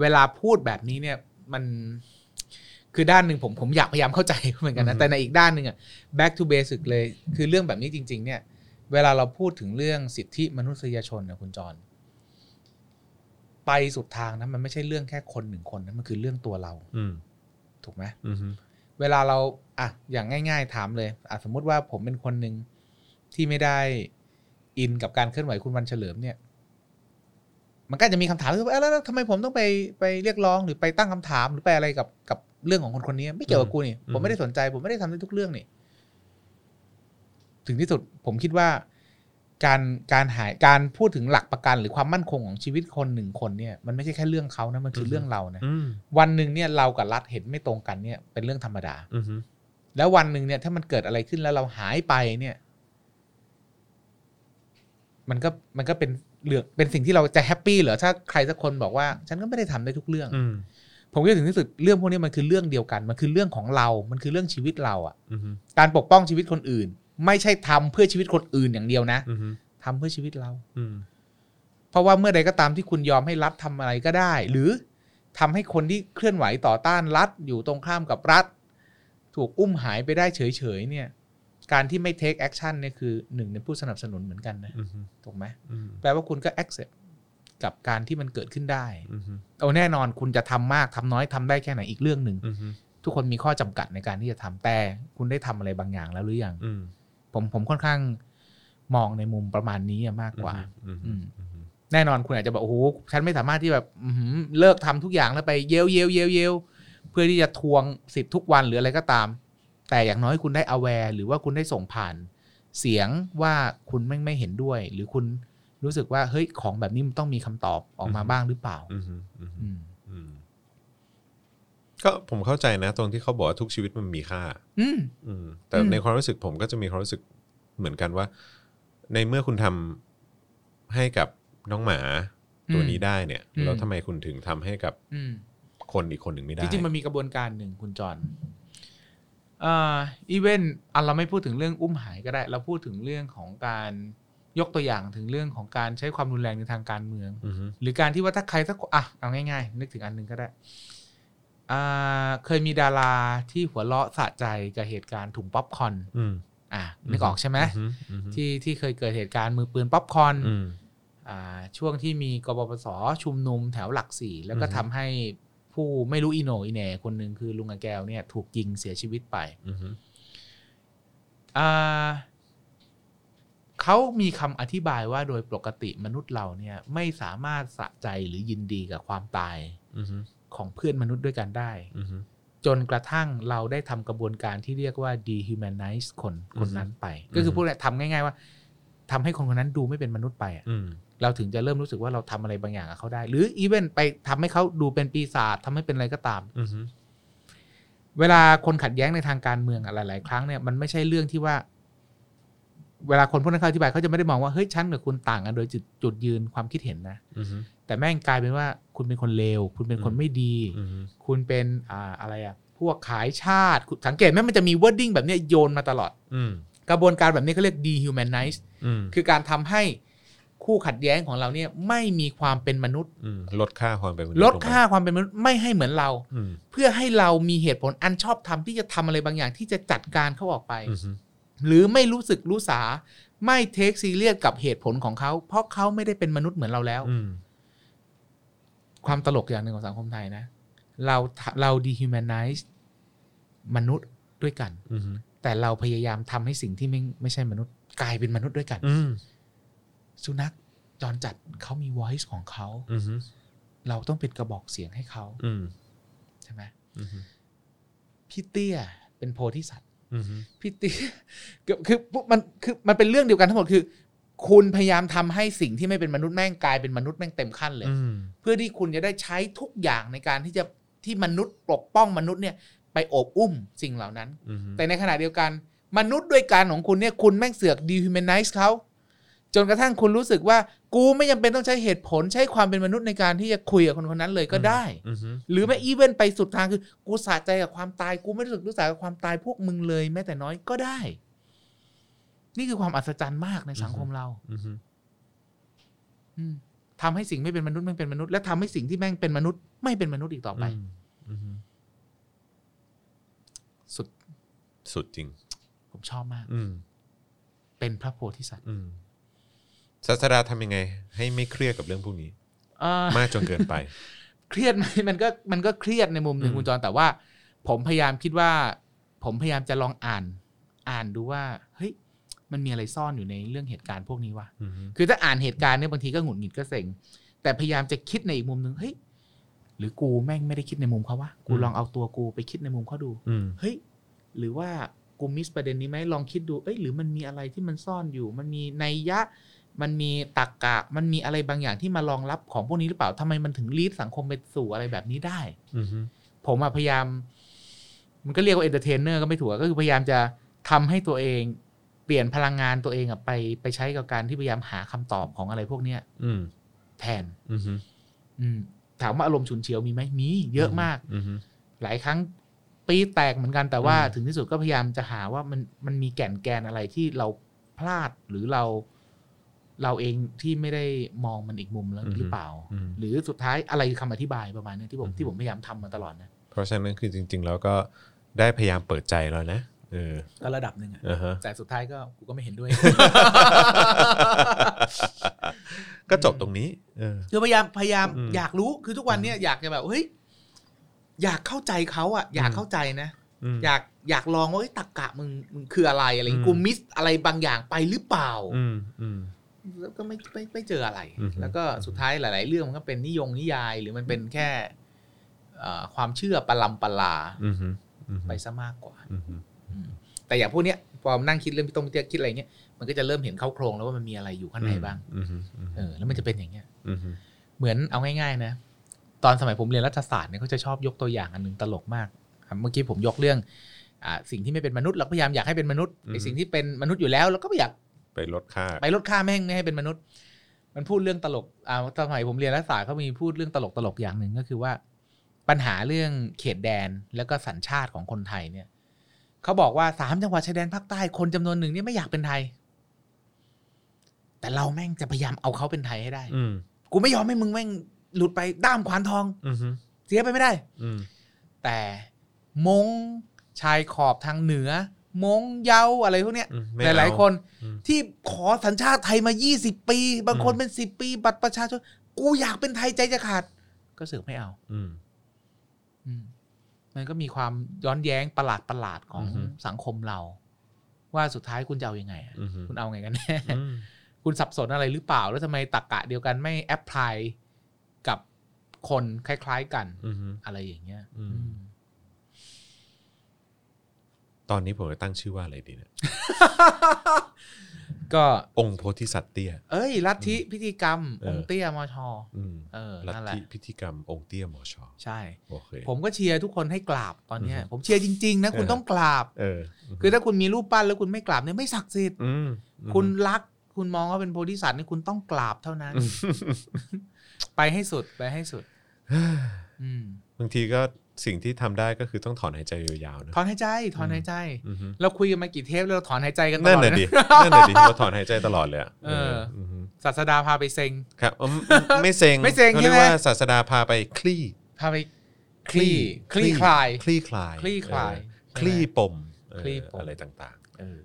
เวลาพูดแบบนี้เนี่ย มัน คือด้านหนึ่งผมผมอยากพยายามเข้าใจ เหมือนกัน อื นะ อฮึ แต่ในอีกด้านหนึ่งอะ back to basic เลย คือเรื่องแบบนี้จริง ๆ เนี่ย เวลาเราพูดถึงเรื่องสิทธิมนุษยชนนะคุณจร ไปสุดทางนะมันไม่ใช่เรื่องแค่คนหนึ่งคนนะมันคือเรื่องตัวเรา อืม ถูกไหม อืม เวลาเราอ่ะอย่างง่าย ๆ ถามเลยอ่ะสมมุติว่าผมเป็นคนหนึ่งที่ไม่ได้อินกับการเคลื่อนไหวคุณวันเฉลิมเนี่ย มันก็อาจจะมีคำถามที่ว่าเอ้ยแล้วแล้วทำไมผมต้องไปไปเรียกร้องหรือไปตั้งคำถามหรือไปอะไรกับกับเรื่องของคนคนนี้ ไม่เกี่ยวกับกูนี่ผมไม่ได้สนใจ ผมไม่ได้ทำได้ทุกเรื่องนี่ ถึงที่สุดผมคิดว่า การการหายการพูดถึงหลักประกัน หรือความมั่นคงของชีวิตคนหนึ่งคนเนี่ย มันไม่ใช่แค่เรื่องเขานะมันคือเรื่องเรานะ อืม วันหนึ่งเนี่ยเรากับรัฐเห็นไม่ตรงกันเนี่ย เป็นเรื่องธรรมดา อืม แล้ววันหนึ่งเนี่ยถ้ามันเกิดอะไรขึ้นแล้วเราหายไปเนี่ย มันก็มันก็เป็นเรื่องเป็นสิ่งที่เราจะแฮปปี้เหรอถ้าใครสักคนบอกว่า ฉันก็ไม่ได้ทำได้ทุกเรื่อง อืม ผมคิดถึงที่สุดเรื่องพวกนี้มันคือเรื่องเดียวกัน มันคือเรื่องของเรา มันคือเรื่องชีวิตเราอะ อืม การปกป้องชีวิตคนอื่น ไม่ใช่ทำเพื่อชีวิตคนอื่นอย่างเดียวนะ อืม ทำเพื่อชีวิตเรา อืม เพราะว่าเมื่อใดก็ตามที่คุณยอมให้รัฐทำอะไรก็ได้ หรือทำให้คนที่เคลื่อนไหวต่อต้านรัฐอยู่ตรงข้ามกับรัฐ ถูกอุ้มหายไปได้เฉยๆเนี่ย การที่ไม่ take action เนี่ยคือหนึ่งในผู้สนับสนุนเหมือนกันนะ อืม ถูกไหม อืม แปลว่าคุณก็ accept กับการที่มันเกิดขึ้นได้ อืม เอาแน่นอนคุณจะทำมากทำน้อยทำได้แค่ไหนอีกเรื่องหนึ่ง อืม ทุกคนมีข้อจำกัดในการที่จะทำแต่ คุณได้ทำอะไรบางอย่างแล้วหรือยัง อืม ผมผมค่อนข้างมองในมุมประมาณนี้อะมากกว่า อืม แน่นอนคุณอาจจะบอกโอ้โหฉันไม่สามารถที่แบบอื้อหือเลิกทำทุกอย่างแล้วไปเยลเยลเยลเยลเพื่อที่จะทวงสิทธิ์ทุกวันหรืออะไรก็ตาม แต่อย่างน้อยคุณได้ aware หรือว่าคุณได้ส่งผ่าน เสียงว่าคุณไม่งไม่เห็นด้วย หรือคุณรู้สึกว่าเฮ้ยของแบบนี้มันต้องมีคำตอบออกมาบ้างหรือเปล่า อืมอืม อืม อืมก็ผมเข้าใจนะตรงที่เขาบอกว่าทุกชีวิตมันมีค่า อืม อืม แต่ อืม ในความรู้สึกผมก็จะมีความรู้สึกเหมือนกันว่า ในเมื่อคุณทำให้กับน้องหมาตัวนี้ได้เนี่ย อืม แล้วทำไมคุณถึงทำให้กับ อืม คนอีกคนหนึ่งไม่ได้ จริงๆมันมีกระบวนการหนึ่งคุณจอนอ่าอีเวนต์อันเราไม่พูดถึงเรื่องอุ้มหายก็ได้ เราพูดถึงเรื่องของการยกตัวอย่างถึงเรื่องของการใช้ความรุนแรงในทางการเมือง อือฮึ หรือการที่ว่าถ้าใครสักคนอ่ะเอาง่ายๆ นึกถึงอันหนึงก็ได้อ่าเคยมีดาราที่หัวเราะสะใจกับเหตุการณ์ถุงป๊อปคอร์น อืม อ่ะนึกออกใช่ไหม อือฮึอือฮึ ที่ที่เคยเกิดเหตุการณ์มือปืนป๊อปคอร์น อืม อ่าช่วงที่มีกบปสชุมนุมแถวหลักสี่แล้วก็ อือฮึ ทำให้ผู้ไม่รู้อีโหนอีแหน่คนหนึ่งคือลุงอาแก้วเนี่ยถูกยิงเสียชีวิตไป อือฮึ อ่าค เขามีคำอธิบายว่าโดยปกติมนุษย์เราเนี่ยไม่สามารถสะใจหรือยินดีกับความตาย อือฮึ ของเพื่อนมนุษย์ด้วยกันได้ อือฮึ จนกระทั่งเราได้ทำกระบวนการที่เรียกว่า dehumanize คนคนนั้นไป อืม ก็คือพูดง่ายๆทำง่าย ๆ ว่าทำให้คนคนนั้นดูไม่เป็นมนุษย์ไปอะ อืม เราถึงจะเริ่มรู้สึกว่าเราทำอะไรบางอย่างกับเขาได้ หรืออีเวนไปทำให้เขาดูเป็นปีศาจทำให้เป็นอะไรก็ตาม อือฮึ เวลาคนขัดแย้งในทางการเมืองอะหลายๆครั้งเนี่ยมันไม่ใช่เรื่องที่ว่า เวลาคนพวกนั้นเขาอธิบายเขาจะไม่ได้มองว่าเฮ้ยฉันกับคุณต่างกันโดยจุดจุดยืนความคิดเห็นนะ อือฮึ แต่แม่งกลายเป็นว่าคุณเป็นคนเลวคุณเป็นคน อืม ไม่ดี อือฮึ คุณเป็นอ่าอะไรอะพวกขายชาติคุณสังเกตไหมมันจะมี wording แบบเนี้ยโยนมาตลอด อืม กระบวนการแบบนี้เขาเรียก dehumanize อืม คือการทำให้คู่ขัดแย้งของเราเนี่ยไม่มีความเป็นมนุษย์ อืมลดค่าความเป็นมนุษย์ ลด งไป ค่าความเป็นมนุษย์ไม่ให้เหมือนเรา อืม เพื่อให้เรามีเหตุผลอันชอบธรรมที่จะทำอะไรบางอย่างที่จะจัดการเขาออกไป อือฮึ หรือไม่รู้สึกรู้สา ไม่เทคซีเรียสกับเหตุผลของเขา เพราะเขาไม่ได้เป็นมนุษย์เหมือนเราแล้ว อืม ความตลกอย่างหนึ่งของสังคมไทยนะ เราเรา dehumanize มนุษย์ด้วยกัน อือฮึ แต่เราพยายามทำให้สิ่งที่ไม่ไม่ใช่มนุษย์กลายเป็นมนุษย์ด้วยกัน อืม สุนัขจรจัดเขามี voice ของเขา อือฮึ เราต้องเป็นกระบอกเสียงให้เขา อืม ใช่ไหม อือฮึ พี่เตี้ยเป็นโพธิสัตว์ อือฮึ พี่เตี้ย คือคือมันคือมันเป็นเรื่องเดียวกันทั้งหมดคือ คุณพยายามทำให้สิ่งที่ไม่เป็นมนุษย์แม่งกลายเป็นมนุษย์แม่งเต็มขั้นเลย อืม เพื่อที่คุณจะได้ใช้ทุกอย่างในการที่จะที่มนุษย์ปกป้องมนุษย์เนี่ยไปโอบอุ้มสิ่งเหล่านั้น อือฮึ แต่ในขณะเดียวกัน มนุษย์ด้วยกันของคุณเนี่ยคุณแม่งเสือก dehumanize เขาจนกระทั่งคุณรู้สึกว่า กูไม่จำเป็นต้องใช้เหตุผลใช้ความเป็นมนุษย์ในการที่จะคุยกับคนคนนั้นเลยก็ได้ อือฮึ หรือแม้อีเวนไปสุดทางคือกูสะใจกับความตายกูไม่รู้สึกรู้สากับความตายพวกมึงเลยแม้แต่น้อยก็ได้ นี่คือความอัศจรรย์มากในสังคมเรา อือฮึ อืมทำให้สิ่งไม่เป็นมนุษย์แม่งเป็นมนุษย์และทำให้สิ่งที่แม่งเป็นมนุษย์ไม่เป็นมนุษย์อีกต่อไป อือฮึ สุด สุดจริง ผมชอบมาก อืม เป็นพระโพธิสัตว์ อืมศาสดาทำยังไง ให้ไม่เครียดกับเรื่องพวกนี้ อ่า มากจนเกินไป เครียดไหมมันก็มันก็เครียดในมุมหนึ่ง อืม คุณจรแต่ว่า ผมพยายามคิดว่า ผมพยายามจะลองอ่าน อ่านดูว่า เฮ้ย มันมีอะไรซ่อนอยู่ในเรื่องเหตุการณ์พวกนี้วะ อือฮึ คือถ้าอ่านเหตุการณ์เนี่ยบางทีก็หงุดหงิดก็เซ็งแต่พยายามจะคิดในอีกมุมหนึ่งเฮ้ยหรือกูแม่งไม่ได้คิดในมุมเขาวะกูลองเอาตัวกูไปคิดในมุมเขาดู อืม เฮ้ย หรือว่ากูมิสประเด็นนี้ไหมลองคิดดู เอ้ย หรือมันมีอะไรที่มันซ่อนอยู่ มันมีนัยยะ มันมีตรกกะ มันมีอะไรบางอย่างที่มารองรับของพวกนี้หรือเปล่าทำไมมันถึงลีดสังคมไปสู่อะไรแบบนี้ได้ อือฮึ ผมอะพยายาม มันก็เรียกว่าเอนเตอร์เทนเนอร์ก็ไม่ถูกอะก็คือพยายามจะทำให้ตัวเอง เปลี่ยนพลังงานตัวเองอะไปไปใช้กับการที่พยายามหาคำตอบของอะไรพวกเนี้ย อืม แทน อือฮึ อืม ถามว่าอารมณ์ฉุนเฉียวมีไหมมีเยอะมาก อือฮึ หลายครั้งปีแตกเหมือนกันแต่ว่า อืม ถึงที่สุดก็พยายามจะหาว่ามันมันมีแก่นแกนอะไรที่เราพลาดหรือเรา เราเองที่ไม่ได้มองมันอีกมุมแล้วหรือเปล่า อืม หรือสุดท้ายอะไรคือคำอธิบายประมาณเนี้ยที่ผม อืม ที่ผมพยายามทำมาตลอดนะ เพราะฉะนั้นคือจริง ๆ แล้วก็ได้พยายามเปิดใจแล้วนะเออ ก็ระดับหนึ่งอะ อ่าฮะ แต่สุดท้ายก็กูก็ไม่เห็นด้วย ก็จบตรงนี้ เออ คือพยายามพยายาม อืม อยากรู้คือทุกวันเนี้ยอยากจะแบบเฮ้ยอยากเข้าใจเขาอะอยากเข้าใจนะ ม อยากอยากลองว่าเอ้ยตักกะมึงมึงคืออะไรอะไรอย่างงี้ อืม กูมิสอะไรบางอย่างไปหรือเปล่า อืมอืม แล้วก็ไม่ไม่ไม่เจออะไร อือฮึ แล้วก็สุดท้ายหลาย ๆ เรื่องมันก็เป็นนิยงนิยาย หรือมันเป็นแค่เอ่อความเชื่อประลำประลา อืมอืมอืม ไปซะมากกว่า อืม แต่อย่างพวกเนี้ยพอนั่งคิดเรื่องพี่ต้งพี่เตี้ยคิดอะไรเงี้ยมันก็จะเริ่มเห็นเข้าโครงแล้วว่ามันมีอะไรอยู่ข้างในบ้าง อืมอืมอืม เออแล้วมันจะเป็นอย่างเงี้ย อืม เหมือนเอาง่าย ๆ นะ ตอนสมัยผมเรียนรัฐศาสตร์เนี่ยเขาจะชอบยกตัวอย่างอันหนึ่งตลกมากครับเมื่อกี้ผมยกเรื่องอ่าสิ่งที่ไม่เป็นมนุษย์เราพยายามอยากให้เป็นมนุษย์ไอสิ่งที่เป็นมนุษย์อยู่แล้วเราก็ไม่อยาก ไปลดค่า ไปลดค่าแม่งไม่ให้เป็นมนุษย์ มันพูดเรื่องตลกอ่าสมัยผมเรียนรัฐศาสตร์เขามีพูดเรื่องตลกตลกๆอย่างหนึ่งก็คือว่า ปัญหาเรื่องเขตแดนแล้วก็สัญชาติของคนไทยเนี่ยเขาบอกว่าสามจังหวัดชายแดนภาคใต้คนจำนวนหนึ่งเนี่ยไม่อยากเป็นไทย แต่เราแม่งจะพยายามเอาเขาเป็นไทยให้ได้ อืม กูไม่ยอมให้มึงแม่งหลุดไปด้ามขวานทอง อืม เสียไปไม่ได้ อืม แต่มงชายขอบทางเหนือ มงเยาอะไรพวกเนี้ย อืมไม่ หลายหลาย เอ ๆคน อืม ที่ขอสัญชาติไทยมา 20 ปี บางคน อืม เป็น 10 ปี บัตรประชาชน กูอยากเป็นไทยใจจะขาด ก็เสือกไม่เอา อืม อืมมันก็มีความย้อนแย้งประหลาดประหลาดๆของ อือฮึ สังคมเรา ว่าสุดท้ายคุณจะเอาอยัางไงอะ อือฮึ คุณเอาไงกันแน่ อืม คุณสับสนอะไรหรือเปล่า แล้วทำไมตักกะเดียวกันไม่แอพพลายกับคนคล้ายๆกัน อือฮึ อะไรอย่างเงี้ย อืม อืม ตอนนี้ผมจะตั้งชื่อว่าอะไรดีเนี่ย ก็ องค์โพธิสัตว์เตี้ย เอ้ยลัทธิพิธีกรรม เออ องค์เตี้ยมอชอ อืม เออ ลัท นั่นแหละ ธิพิธีกรรมองค์เตี้ยหมอชอ ใช่ โอเค ผมก็เชียร์ทุกคนให้กราบตอนเนี้ย อือฮึ ผมเชียร์จริงๆนะคุณ เออ ต้องกราบ เออ คือถ้าคุณมีรูปปั้นแล้วคุณไม่กราบเนี่ยไม่ศักดิ์สิทธิ์ อืม คุณรัก คุณมองว่าเป็นโพธิสัตว์นี่คุณต้องกราบเท่า นั้น อืม ไปให้สุดไปให้สุด อืม บางทีก็สิ่งที่ทำได้ก็คือต้องถอนหายใจยาวๆนะ ถอนหายใจถอนหายใจ อือฮึ เราคุยกันมากี่เทปแล้วเราถอนหายใจกันต นั่น ลอด น่ะ นะ ดิ นั่นน่ะดิเราถอนหายใจตลอดเลยอะ เอเออออือฮึ ศาสดาพาไปเซ็ง ครับอืมไม่เซ็ง ไม่เซ็ง เขาเรียก ใช่ไหม ว่าศาสดาพาไปคลี่ พาไปคลี่คลี่คลาย คลี่คลาย คลี่คลาย เออคลี่ปมเออ คลี่ปม อะไรต่างๆเออ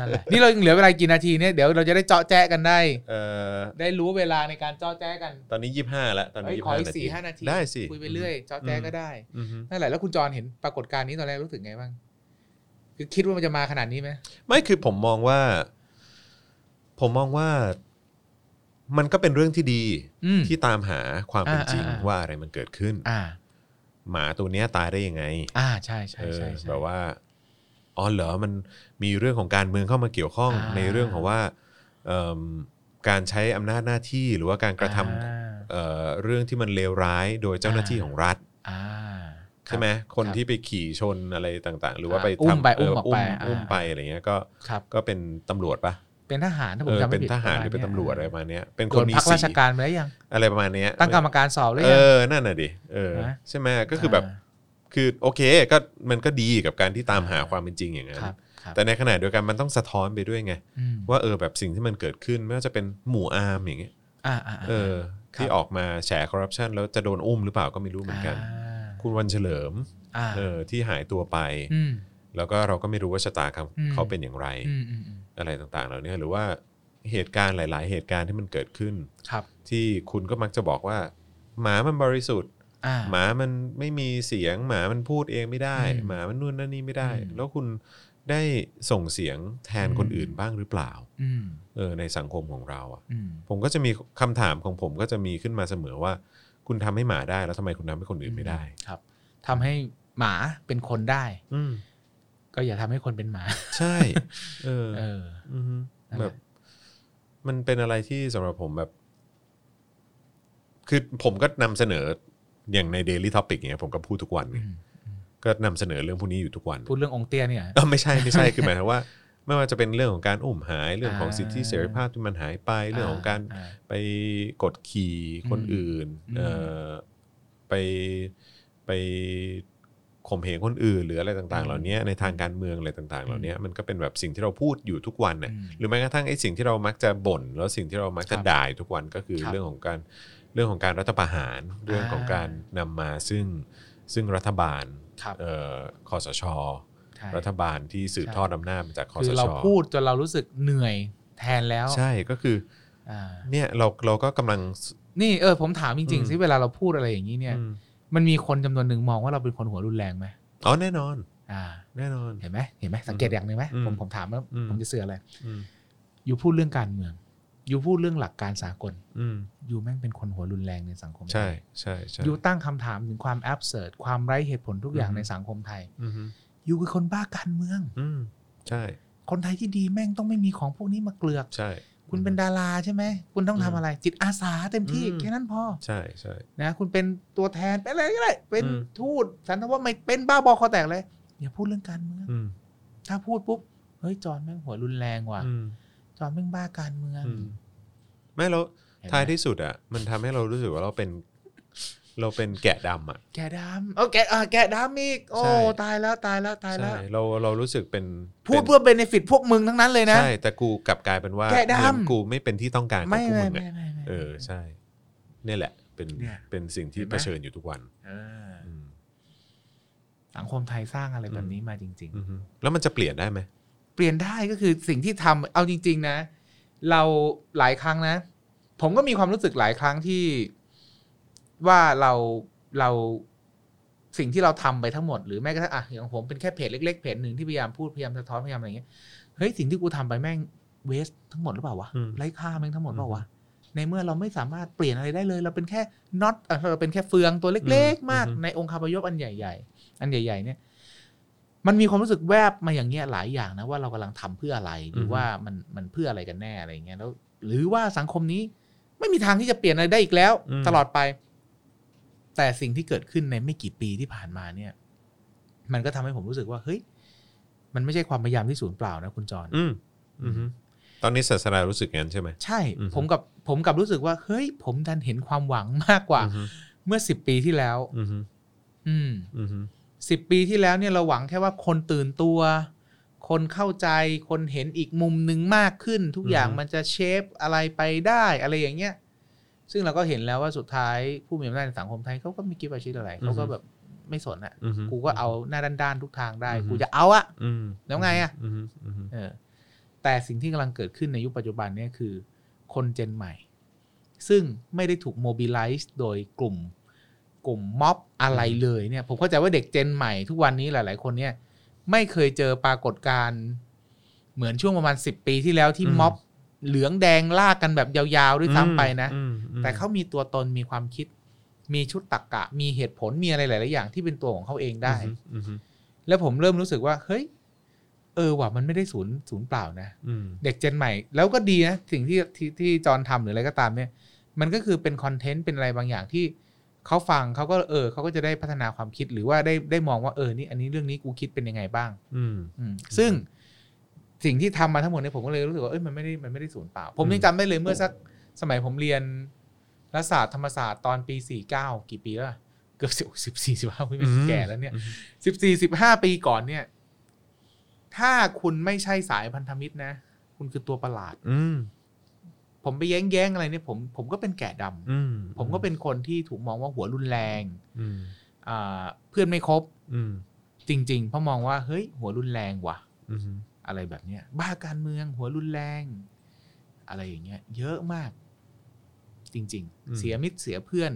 นั่นแหละนี่เรายังเหลือเวลากี่นาทีเนี่ยเดี๋ยวเราจะได้เจาะแจ๊ะกันได้ เออ ได้รู้เวลาในการเจาะแจ๊ะกัน ตอนนี้ยี่ห้าแล้วตอน เอ้ นี้ ย ยี่ ขออีก นาที สี่ห้านาที ได้สิ คุยไปเรื่อยจอแจก็ได้ อือฮึ นั่นแหละแล้วคุณจรเห็นปรากฏการณ์นี้ตอนแรกรู้สึกไงบ้าง คือคิดว่ามันจะมาขนาดนี้ไหม ไม่คือผมมองว่า ผมมองว่า มันก็เป็นเรื่องที่ดี อืม ที่ตามหาความเป็นจริง อ่าอ่า ว่าอะไรมันเกิดขึ้น อ่า หมาตัวเนี้ยตายได้ยังไง อ่าใช่ใช่ เออ ใช่ใช่ แบบว่าอ๋อเหรอมันมีเรื่องของการเมืองเข้ามาเกี่ยวข้อง อ่า ในเรื่องของว่าเอิ่มการใช้อำนาจหน้าที่หรือว่าการกระทำ อ่า เอ่อเรื่องที่มันเลวร้ายโดยเจ้าหน้าที่ อ่า ของรัฐ อ่า ใช่ไหมคนที่ไปขี่ชนอะไรต่างๆ หรือว่า อ่า ไป อุ้ม ทำ ไป เ มออกไปอ่า อุ้มไปอะไรเงี้ยก็ ครับ ก็เป็นตำรวจปะ เป็นทหารถ้าผ เอ ม อ จำไม่ เป็น ผิด ทหารหรือ ปะมณ เป็นตำรวจอะไรประมาณเนี้ยเป็นค โด น น มี พัก สี ราชการไปแล้วยัง อะไรประมาณเนี้ย ตั้งกรรมการสอบหรือ เอ ยัง อนั่นน่ะดิเออ นะ ใช่ไหมก็คือแบบ คือโอเคก็มันก็ดีกับการที่ตามหาความเป็นจริงอย่างนั้ คน รับครับ แต่ในขณะเดียวกันมันต้องสะท้อนไปด้วยไง อืม ว่าเออแบบสิ่งที่มันเกิดขึ้น ไม่ว่าจะเป็นหมู่อาร์มอย่างเงี้ย อ่าอ่าา เออ ที่ออกมาแฉคอร์รัปชันแล้วจะโดนอุ้มหรือเปล่าก็ไม่รู้เหมือนกัน า คุณวันเฉลิม อ่า เออที่หายตัวไป อืม แล้วก็เราก็ไม่รู้ว่าชะตากรรม อืม เขาเป็นอย่างไร อืมอืมอืม อะไรต่างๆเหล่านี้หรือว่าเหตุการณ์หลาย ๆ เหตุการณ์ที่มันเกิดขึ้น ครับ ที่คุณก็มักจะบอกว่า หมามันบริสุทธิ์ อ่า หมามันไม่มีเสียง หมามันพูดเองไม่ได้ อืม หมามันนู่นนั่นนี่ไม่ได้ อืม แล้วคุณได้ส่งเสียงแทนคน อืม อื่นบ้างหรือเปล่า อืม เออในสังคมของเราอะ อืม ผมก็จะมีคำถามของผมก็จะมีขึ้นมาเสมอว่า คุณทำให้หมาได้แล้วทำไมคุณทำให้คนอื่นไม่ได้ ครับทำให้หมาเป็นคนได้ อืม ก็อย่าทำให้คนเป็นหมา ใช่ เอ อ เออ อือฮึ นั่นแหละ แบบ มันเป็นอะไรที่สำหรับผมแบบ คือผมก็นำเสนออย่างใน Daily Topic อย่างเงี้ยผมก็พูดทุกวันไงก็นำเสนอเรื่องพวกนี้อยู่ทุกวัน พูดเรื่ององค์เตี้ยเนี่ย เออไม่ใช่ไม่ ใช่ คือหมายถึงว่า ไม่ว่าจะเป็นเรื่องของการอุ้มหายเรื่องของสิทธิเสรีภาพที่มันหายไปเรื่องของการไปกดขี่คนอื่น อืม เอ่อไปไปข่มเหงคนอื่น หรืออะไรต่างๆ เหล่านี้ในทางการเมืองอะไรต่างๆ เหล่านี้มันก็เป็นแบบสิ่งที่เราพูดอยู่ทุกวัน อื น่ะ ม หรือแม้กระทั่งไอ้สิ่งที่เรามักจะบ่น แล้วสิ่งที่เรามักจะ ครับ ด่าอยู่ทุกวันก็คือ ครับ เรื่องของการเรื่องของการรัฐประหารเรื่องของการนำมาซึ่งซึ่งรัฐบาล ครับ เอ่อคสช ใช่ รัฐบาลที่สืบทอดอำนาจมาจากคอ คื ส อ ช เราพูดจนเรารู้สึกเหนื่อยแทนแล้ว ใช่ก็คือ อ่า เนี่ยเราเราก็กำลัง นี่เออผมถามจริง อืม ๆสิเวลาเราพูดอะไรอย่างนี้เนี่ย อืม มันมีคนจำนวนหนึ่งมองว่าเราเป็นคนหัวรุนแรงไหม อ๋อแน่นอน อ่า แน่นอน เห็นไหมเห็นไหมสังเกตอย่างหนึ่งไหม อืม ผมผมถามแล้ว อืม ผมจะเสืออะไร อืม อยู่พูดเรื่องการเมือง อยู่พูดเรื่องหลักการสากล อืม อยู่แม่งเป็นคนหัวรุนแรงในสังคม ใช่ ไทย ใช่ใช่ ยูตั้งคำถามถึงความแอบเสิร์ความไร้เหตุผลทุกอย่าง อือฮึ ในสังคมไทย อือฮึ ยูคือคนบ้าการเมือง อืมใช่ คนไทยที่ดีแม่งต้องไม่มีของพวกนี้มาเกลือก ใช่ คุณเป็น อืม ดาราใช่ไหม คุณต้องทำ อืม อะไร จิตอาสาเต็มที่ อืม แค่นั้นพอ ใช่ใช่ นะ คุณเป็นตัวแทนเป็นอะไรก็ได้ เป็น อืม ทูตสันทว่าไม่เป็นบ้าบอคอแตกเลย อย่าพูดเรื่องการเมือง อืม ถ้าพูดปุ๊บ เฮ้ย จอนแม่งหัวรุนแรงว่ะ อืม จอนแม่งบ้าการเมือง อืมไม่แล้ว เห็นไหม ท้ายที่สุดอ่ะมันทำให้เรารู้สึกว่าเราเป็น เราเป็นแกะดำอ่ะ แกะดำโอ้แกะอ่ะแกะดำอีก โอ้ ใช่ ตายแล้วตายแล้วตายแล้ ใช่ ว เราเรารู้สึกเป็น พูด ป็น เพื่อเบนฟิตพวกมึงทั้งนั้นเลยนะ ใช่แต่กูกลับกลายเป็นว่า แกะดำ เหมือนกูไม่เป็นที่ต้องการของ ไม่ พวก ไม่ มึงอ่ะ ไม่ไม่ไม่ เออใช่ เนี่ยแหละเป็น เนี่ย เป็นสิ่งที่ เห็นไหม เผชิญอยู่ทุกวัน เออ อืม สังคมไทยสร้างอะไรแบบนี้มาจริง อือฮึแล้วมันจะเปลี่ยนได้ไหม ๆ เปลี่ยนได้ก็คือสิ่งที่ทำเอาจริง ๆ นะ เราหลายครั้งนะ ผมก็มีความรู้สึกหลายครั้งที่ว่าเราเรา สิ่งที่เราทำไปทั้งหมดหรือแม้กระทั่งอ่ะอย่างผมเป็นแค่เพจเล็กๆเพจหนึ่งที่พยายามพูดพยายามสะท้อนพยายามอะไรอย่างเงี้ยเฮ้ยสิ่งที่กูทำไปแม่งเวสทั้งหมดหรือเปล่าวะ อืม ไร้ค่าแม่งทั้งหมดเปล่าวะในเมื่อเราไม่สามารถเปลี่ยนอะไรได้เลย เราเป็นแค่น็อตเราเป็นแค่เฟืองตัวเล็ก ๆ มาก อืม ในองค์คาพยพอันใหญ่ ๆ อันใหญ่ ๆ เนี่ย มันมีความรู้สึกแวบมาอย่างเงี้ยหลายอย่างนะว่าเรากำลังทำเพื่ออะไรหรือ อฮึ ว่ามันมันเพื่ออะไรกันแน่อะไรอย่างเงี้ยแล้ว หรือว่าสังคมนี้ไม่มีทางที่จะเปลี่ยนอะไรได้อีกแล้ว อืม ตลอดไป แต่สิ่งที่เกิดขึ้นในไม่กี่ปีที่ผ่านมาเนี่ย มันก็ทำให้ผมรู้สึกว่าเฮ้ยมันไม่ใช่ความพยายามที่สูญเปล่านะคุณจร อืมอืมตอนนี้ศาสนารู้สึกงั้นใช่ไหม ใช่ อือฮึ ผมกับผมกับรู้สึกว่า เฮ้ย ผมดันเห็นความหวังมากกว่า อืม เมื่อสิบปีที่แล้ว อืม อืม อืม สิบปีที่แล้วเนี่ยเราหวังแค่ว่าคนตื่นตัว คนเข้าใจ คนเห็นอีกมุมหนึ่งมากขึ้น ทุกอย่าง อือฮึ มันจะเชฟอะไรไปได้ อะไรอย่างเงี้ย ซึ่งเราก็เห็นแล้วว่าสุดท้ายผู้มีอำนาจในสังคมไทยเขาก็ไมีกิฟอาชีพอะไรเขาก็แบบไม่สนอะ่ะ อืม กูก็เอาหน้าด้านๆทุกทางได้ อือฮึ กูจะเอาอะ อืม แล้วไงอะ มอืม เออแต่สิ่งที่กำลังเกิดขึ้นในยุคปัจจุบันเนี่ยคือคนเจนใหม่ ซึ่งไม่ได้ถูกโมบิลไลซ์โดยกลุ่ม กลุ่มม็อบอะไรเลยเนี่ย ผมเข้าใจว่าเด็กเจนใหม่ทุกวันนี้หลาย ๆ คนเนี่ย ไม่เคยเจอปรากฏการณ์เหมือนช่วงประมาณ 10 ปีที่แล้วที่ อืม ม็อบเหลืองแดงลากกันแบบยาวๆด้วยซ้ำไปนะ อืมอืม แต่เขามีตัวตนมีความคิด มีชุดตรกกะ มีเหตุผลมีอะไรหลาย ๆ อย่างที่เป็นตัวของเขาเองได้ อืมอืม แล้วผมเริ่มรู้สึกว่า เฮ้ย เออว่ะมันไม่ได้ศูนย์ศูนย์เปล่านะ อืม เด็กเจนใหม่แล้วก็ดีนะสิ่งที่ที่ที่จอนทำหรืออะไรก็ตามเนี่ย มันก็คือเป็นคอนเทนต์เป็นอะไรบางอย่างที่เขาฟังเขาก็เออเขาก็จะได้พัฒนาความคิดหรือว่าได้ได้มองว่าเออนี่อันนี้เรื่องนี้กูคิดเป็นยังไงบ้าง อืม อืมซึ่งสิ่งที่ทำมาทั้งหมดเนี่ยผมก็เลยรู้สึกว่าเอ้ยมันไม่ได้มันไม่ได้สูญเปล่า ผมยังจำได้เลยเมื่อสักสมัยผมเรียนรัฐศาสตร์ธรรมศาสตร์ตอนปีสี่เก้ากี่ปีแล้วอะเกือบสิบสี่สิบห้าไม่แก่แล้วเนี่ย สิบสี่สิบห้าปีก่อนเนี่ย ถ้าคุณไม่ใช่สายพันธมิตรนะ คุณคือตัวประหลาด อืม ผมไปแย้งแย้งๆอะไรเนี่ยผมผมก็เป็นแก่ดำ อืม ผมก็เป็นคนที่ถูกมองว่าหัวรุนแรง อืม อ่าเพื่อนไม่ครบ อืม จริง ๆ เพราะมองว่าเฮ้ย หัวรุนแรงว่ะ อืม อะไรแบบเนี้ย บ้าการเมืองหัวรุนแรง อะไรอย่างเงี้ย เยอะมาก จริง ๆ เสียมิตรเสียเพื่อน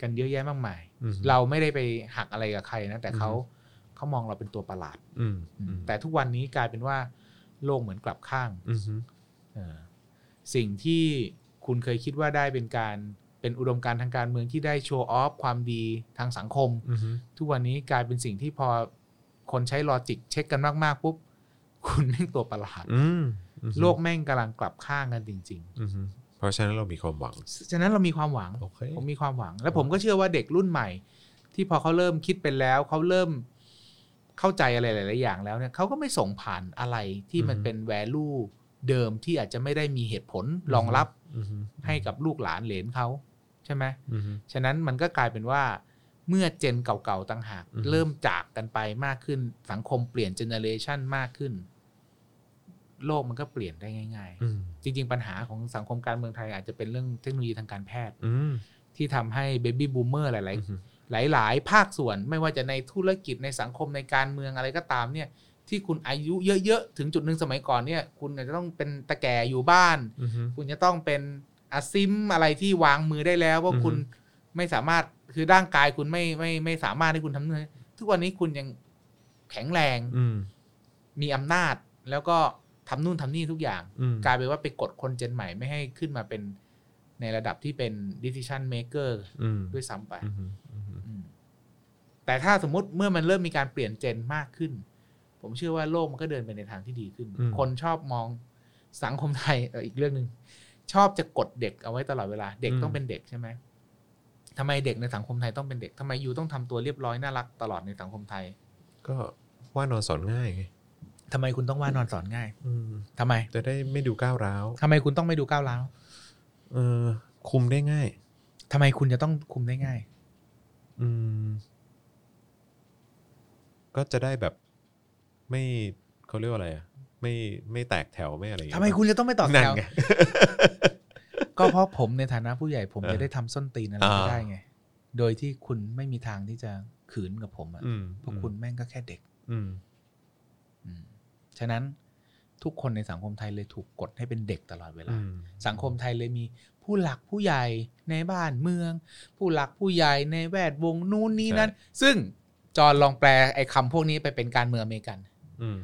กันเยอะแยะมากมาย อืม เราไม่ได้ไปหักอะไรกับใครนะแต่เขา อื เขามองเราเป็นตัวประหลาด อืมอืม แต่ทุกวันนี้กลายเป็นว่าโลกเหมือนกลับข้าง อืม เออสิ่งที่คุณเคยคิดว่าได้เป็นการเป็นอุดมการณ์ทางการเมืองที่ได้โชว์ออฟความดีทางสังคม อืม ทุกวันนี้กลายเป็นสิ่งที่พอคนใช้ลอจิกเช็คกันมากๆปุ๊บ คุณแม่งตัวประหลาด อืม โลกแม่งกำลังกลับข้างกันจริง อืมเพราะฉะนั้นเรามีความหวัง ๆ ฉะนั้นเรามีความหวัง โอเค ผมมีความหวัง และผมก็เชื่อว่าเด็กรุ่นใหม่ ที่พอเขาเริ่มคิดเป็นแล้วเขาเริ่มเข้าใจอะไรหลาย ๆ อย่างแล้วเนี่ยเขาก็ไม่ส่งผ่านอะไรที่มัน อือฮึ เป็นแวลูเดิมที่อาจจะไม่ได้มีเหตุผลรองรับ อืม ให้กับลูกหลานเหลนเขาใช่ไหม อืม ฉะนั้นมันก็กลายเป็นว่าเมื่อเจนเก่า ๆ ต่างหาก อือฮึ เริ่มจากกันไปมากขึ้น สังคมเปลี่ยนเจเนเรชันมากขึ้น โลกมันก็เปลี่ยนได้ง่าย อืม ๆ จริง ๆ ปัญหาของสังคมการเมืองไทยอาจจะเป็นเรื่องเทคโนโลยีทางการแพทย์ อืม ที่ทำให้เบบี้บูมเมอร์หลาย ๆ หลาย ๆ ภาคส่วน ไม่ว่าจะในธุรกิจในสังคมในการเมืองอะไรก็ตามเนี่ย ที่คุณอายุเยอะ ๆ ถึงจุดหนึ่งสมัยก่อนเนี่ย คุณอาจจะต้องเป็นตะแก่อยู่บ้าน อืม คุณจะต้องเป็นอาซิมอะไรที่วางมือได้แล้วว่า อือฮึ คุณไม่สามารถคือร่างกายคุณไม่ไม่ไม่ไม่สามารถให้คุณทำได้ทุกวันนี้คุณยังแข็งแรง อืม มีอำนาจ แล้วก็ทำนู่นทำนี่ทุกอย่าง อืม กลายเป็นว่าไปกดคนเจนใหม่ไม่ให้ขึ้นมาเป็นในระดับที่เป็น decision maker อืม ด้วยซ้ำไป อืมอืม อืมแต่ถ้าสมมติเมื่อมันเริ่มมีการเปลี่ยนเจนมากขึ้น ผมเชื่อว่าโลกมันก็เดินไปในทางที่ดีขึ้น คนชอบมองสังคมไทย เอออีกเรื่องหนึ่งชอบจะกดเด็กเอาไว้ตลอดเวลา เด็กต้องเป็นเด็กใช่ไหมทำไมเด็กในสังคมไทยต้องเป็นเด็กทำไมยูต้องทำตัวเรียบร้อยน่ารักตลอดในสังคมไทย ก็ว่านอนสอนง่ายไง ทำไมคุณต้องว่านอนสอนง่าย อืม ทำไม จะได้ไม่ดูก้าวร้าว ทำไมคุณต้องไม่ดูก้าวร้าว เออคุมได้ง่าย ทำไมคุณจะต้องคุมได้ง่าย อืม ก็จะได้แบบไม่เขาเรียกว่าอะไรอ่ะ ไม่ไม่แตกแถวไม่อะไรอย่าง ทำ เงี้ย ไมคุณจะต้องไม่ต่อ นั่ แถ น ว ไง ก็เพราะผมในฐานะผู้ใหญ่ผม เออ จะได้ทำส้นตีนอะไร อ่า ไม่ได้ไง โดยที่คุณไม่มีทางที่จะขืนกับผมอะ อืม เพราะคุณแม่งก็แค่เด็ก อืม อืมฉะนั้นทุกคนในสังคมไทยเลยถูกกดให้เป็นเด็กตลอดเวลา สังคมไทยเลยมีผู้หลักผู้ใหญ่ในบ้านเมือง ผู้หลักผู้ใหญ่ในแวดวงนู่นนี่ ใช่ นั่นซึ่ง จอห์นลองแปลไอ้คำพวกนี้ไปเป็นการเมืองอเมริกัน อืม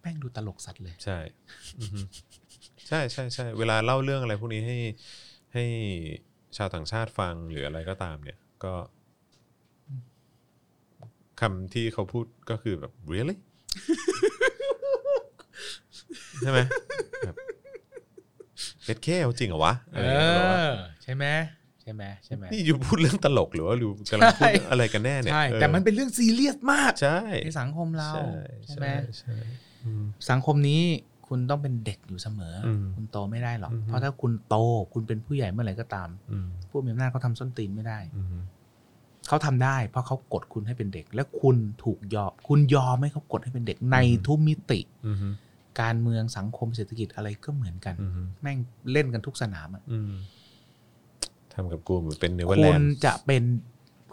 แม่งดูตลกสัตว์เลย ใช่อือฮึใช่ใช่ใช่เวลาเล่าเรื่องอะไรพวกนี้ให้ให้ชาวต่างชาติฟังหรืออะไรก็ตาม เนี่ย ก็คำที่เขาพูดก็คือแบบ really ใช่ไหมแบบเป็ดแค่เอาจริงเหรอวะอะ เอ ไรอย่างเงี้ยแบบว่า อ ใช่ไหมใช่ไหมใช่ไหม นี่อยู่พูดเรื่องตลกหรือว่าอยู่กำลังพูดเรื่องอะไรกันแน่เนี่ย ใช่ เออ แต่มันเป็นเรื่องซีเรียสมาก ใช่ ในสังคมเรา ใช่ ใช่ไหม ใช่อืม สังคมนี้คุณต้องเป็นเด็กอยู่เสมออ ม คุณโตไม่ได้หรอก อือฮึ เพราะถ้าคุณโตคุณเป็นผู้ใหญ่เมื่อไหร่ก็ตาม อืม ผู้มีอำนาจเขาทำส้นตีนไม่ได้ อืม เขาทำได้ เพราะเขากดคุณให้เป็นเด็ก และคุณถูกยอม คุณยอมให้เขากดให้เป็นเด็กในทุกมิติ อืม การเมืองสังคมเศรษฐกิจอะไรก็เหมือนกัน อืม แม่งเล่นกันทุกสนามอะ อืมทำกับกูเหมือนเป็นเนื้อแล คุ น ณ ด์ จะเป็น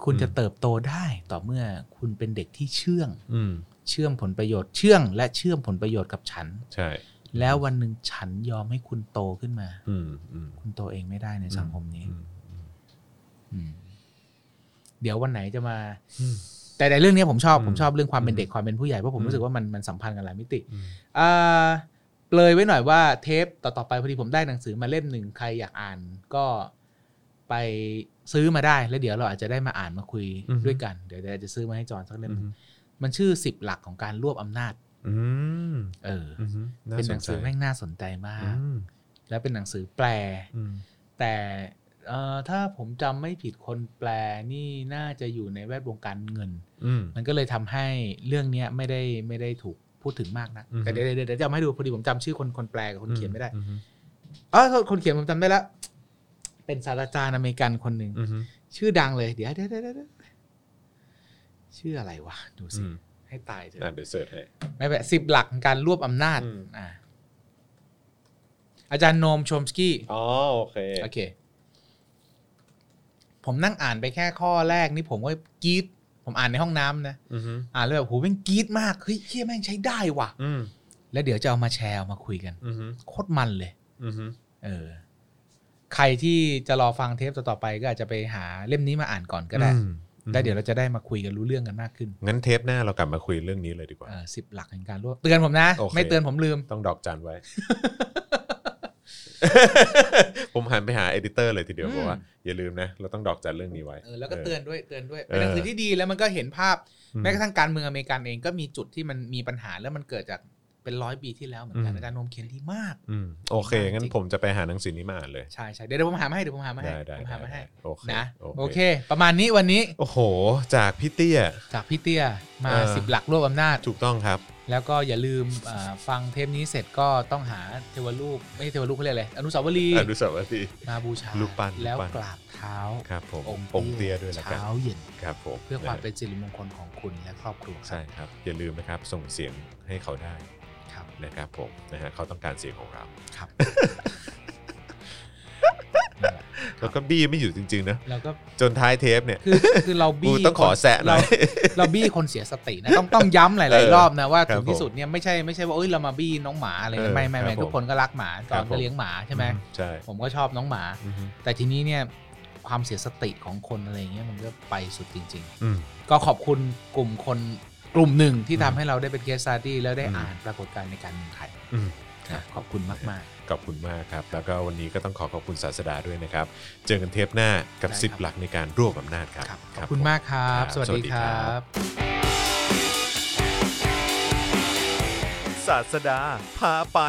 คุณ อืม จะเติบโตได้ต่อเมื่อคุณเป็นเด็กที่เชื่อง อืม เชื่อมผลประโยชน์เชื่องและเชื่อมผลประโยชน์กับฉัน ใช่ แล้ววันหนึ่งฉันยอมให้คุณโตขึ้นมา อืมอืม คุณโตเองไม่ได้ในสังคมนี้ อืม อืมเดี๋ยววันไหนจะมา อืม แต่ในเรื่องเนี้ยผมชอบ อืม ผมชอบเรื่องความเป็นเด็ก อืม ความเป็นผู้ใหญ่เพราะผม อืม รู้สึกว่ามันมันสัมพันธ์กันหลายมิติ อืม อ่าเปลยไว้หน่อยว่าเทปต่อๆไปพอดีผมได้หนังสือมาเล่มหนึ่งใครอยากอ่านก็ไปซื้อมาได้แล้วเดี๋ยวเราอาจจะได้มาอ่านมาคุยด้วยกันเดี๋ยวเดี๋ยวจะซื้อมาให้จอนสักเล่มหนึ่งมันชื่อสิบหลักของการรวบอำนาจ อืม เอออ อืมา เป็นหนังสือ ใจ แม่งน่าสนใจมาก อืม แล้วเป็นหนังสือแปล อืม แต่เอ่อถ้าผมจำไม่ผิดคนแปลนี่น่าจะอยู่ในแวดวงการเงิน อืม มันก็เลยทำให้เรื่องเนี้ยไม่ได้ไม่ได้ถูกพูดถึงมากนะ อือฮึ แต่เดี๋ยวเดี๋ยวเดี๋ยวจะเอามาให้ดูพอดีผมจำชื่อคนคนแปลกับคนเขียนไม่ได้ อื อ๋อคนคนเขียนผมจำได้ละเป็นศาสตราจารย์อเมริกันคนหนึ่ง อืม ชื่อดังเลยเดี๋ยวเดี๋ยวเดี๋ยวเดี๋ยวชื่ออะไรวะดูสิ อืม ให้ตายเถ อ่ะ อะ เดี๋ยวเสิร์ชให้ ไม่เป็นสิบหลักของการรวบอำนาจ อืม อ่าอาจารย์โนมชมสกี้ อ๋อโอเค โอเค ผมนั่งอ่านไปแค่ข้อแรกนี่ผมก็กรีดผมอ่านในห้องน้ำนะ อืม อ่านแล้วแบบโหแม่งกรีดมาก เฮ้ยเฮียแม่งใช้ได้ว่ะ อืม แล้วเดี๋ยวจะเอามาแชร์เอามาคุยกัน อืม โคตรมันเลย อืม เออ ใครที่จะรอฟังเทปต่อๆไปก็อาจจะไปหาเล่มนี้มาอ่านก่อนก็ได้ อืม แล้วเดี๋ยวเราจะได้มาคุยกันรู้เรื่องกันมากขึ้น งั้นเทปหน้าเรากลับมาคุยเรื่องนี้เลยดีกว่า เออสิบหลักแห่งการรวบเตือนผมนะ โอเค ไม่เตือนผมลืม ต้องดอกจันไว้ ผมหันไปหาเอดิเตอร์เลยทีเดียว อืม บอกว่า อย่าลืมนะ เราต้องดอกจันเรื่องนี้ไว้ เออแล้วก็เตือนด้วยเตือนด้วย เออ เป็นหนังสือที่ดีแล้วมันก็เห็นภาพ อืม แม้กระทั่งการเมืองอเมริกันเองก็มีจุดที่มันมีปัญหาแล้วมันเกิดจากเป็นร้อยปีที่แล้วเหมือนกัน อืม อาจารย์โนมเขียนดีมาก อืมโอเค มากจริง งั้นผมจะไปหาหนังสือนี้มาอ่านเลย ใช่ใช่เดี๋ยวเดี๋ยวผมหามาให้เดี๋ยวผมหามาให้ ได้ได้ ผมหามาให้ ได้โอเค นะ โอ โอ เค เค ประมาณนี้วันนี้ โอ้โห จากพี่เตี้ย จากพี่เตี้ยมา เออ สิบหลักรวบอำนาจ ถูกต้องครับ แล้วก็อย่าลืมเอ่อฟังเทปนี้เสร็จก็ต้องหาเทวรูปไม่ใช่เทวรูปเขาเรียกอะไรอนุสาวรีย์ อนุสาวรีย์ มาบูชา รูปปั้น แล้ว รูปปั้น กราบเท้า ครับผม องค์ องค์เตี้ยด้วยละกัน เช้าเย็น ครับผม เพื่อความเป็ ะ นสิริมงคลของคุณและครอบครัว ใช่ครับ อย่าลืมนะครับ ส่งเสียงให้เขาได้ ครับ นะครับผมนะฮะเขาต้องการเสียงของเรา ครับ แล้วก็บี้ไม่อยู่จริง ๆ นะ แล้วก็ จนท้ายเทปเนี่ย คือคือเราบี้ กูต้องขอแซะหน่อย เราเราบี้คนเสียสตินะต้องต้องย้ำห เอ ลาย อ ๆรอบนะว่า ครับ ถึงที่สุดเนี่ยไม่ใช่ไม่ใช่ว่าเอ้ยเรามาบี้น้องหมาอะไร เอ นะ อ ไม่ไม่ ครั ไม่ บผม ทุกคนก็รักหมาจ ครั อบ น ผ ก็ ม เลี้ยงหมาใช่ไหม อืใช่ ผมก็ชอบน้องหมา อือฮึ แต่ทีนี้เนี่ยความเสียสติของคนอะไรอย่างเงี้ยมันก็ไปสุดจริง อืม ๆ ก็ขอบคุณกลุ่มคนกลุ่มหนึ่งที่ อื ทำ ม ให้เราได้เป็นเคส s าดี้แล้วได้ อืม อ่านปรากฏการณ์ในการเมืองไทย อืม ครับขอบคุณมาก ขอบคุณมากครับ แล้วก็วันนี้ก็ต้องขอขอบคุณศาสดาด้วยนะครับ เจอกันเทปหน้ากับ ได้ครับ 10 หลักในการรวบอำนาจครับ ๆครับข รั อบคุณ ผม มากครับ ครับ สวัส สวัส ดี ดี ค ครั รับ บ ศาสดาพาไป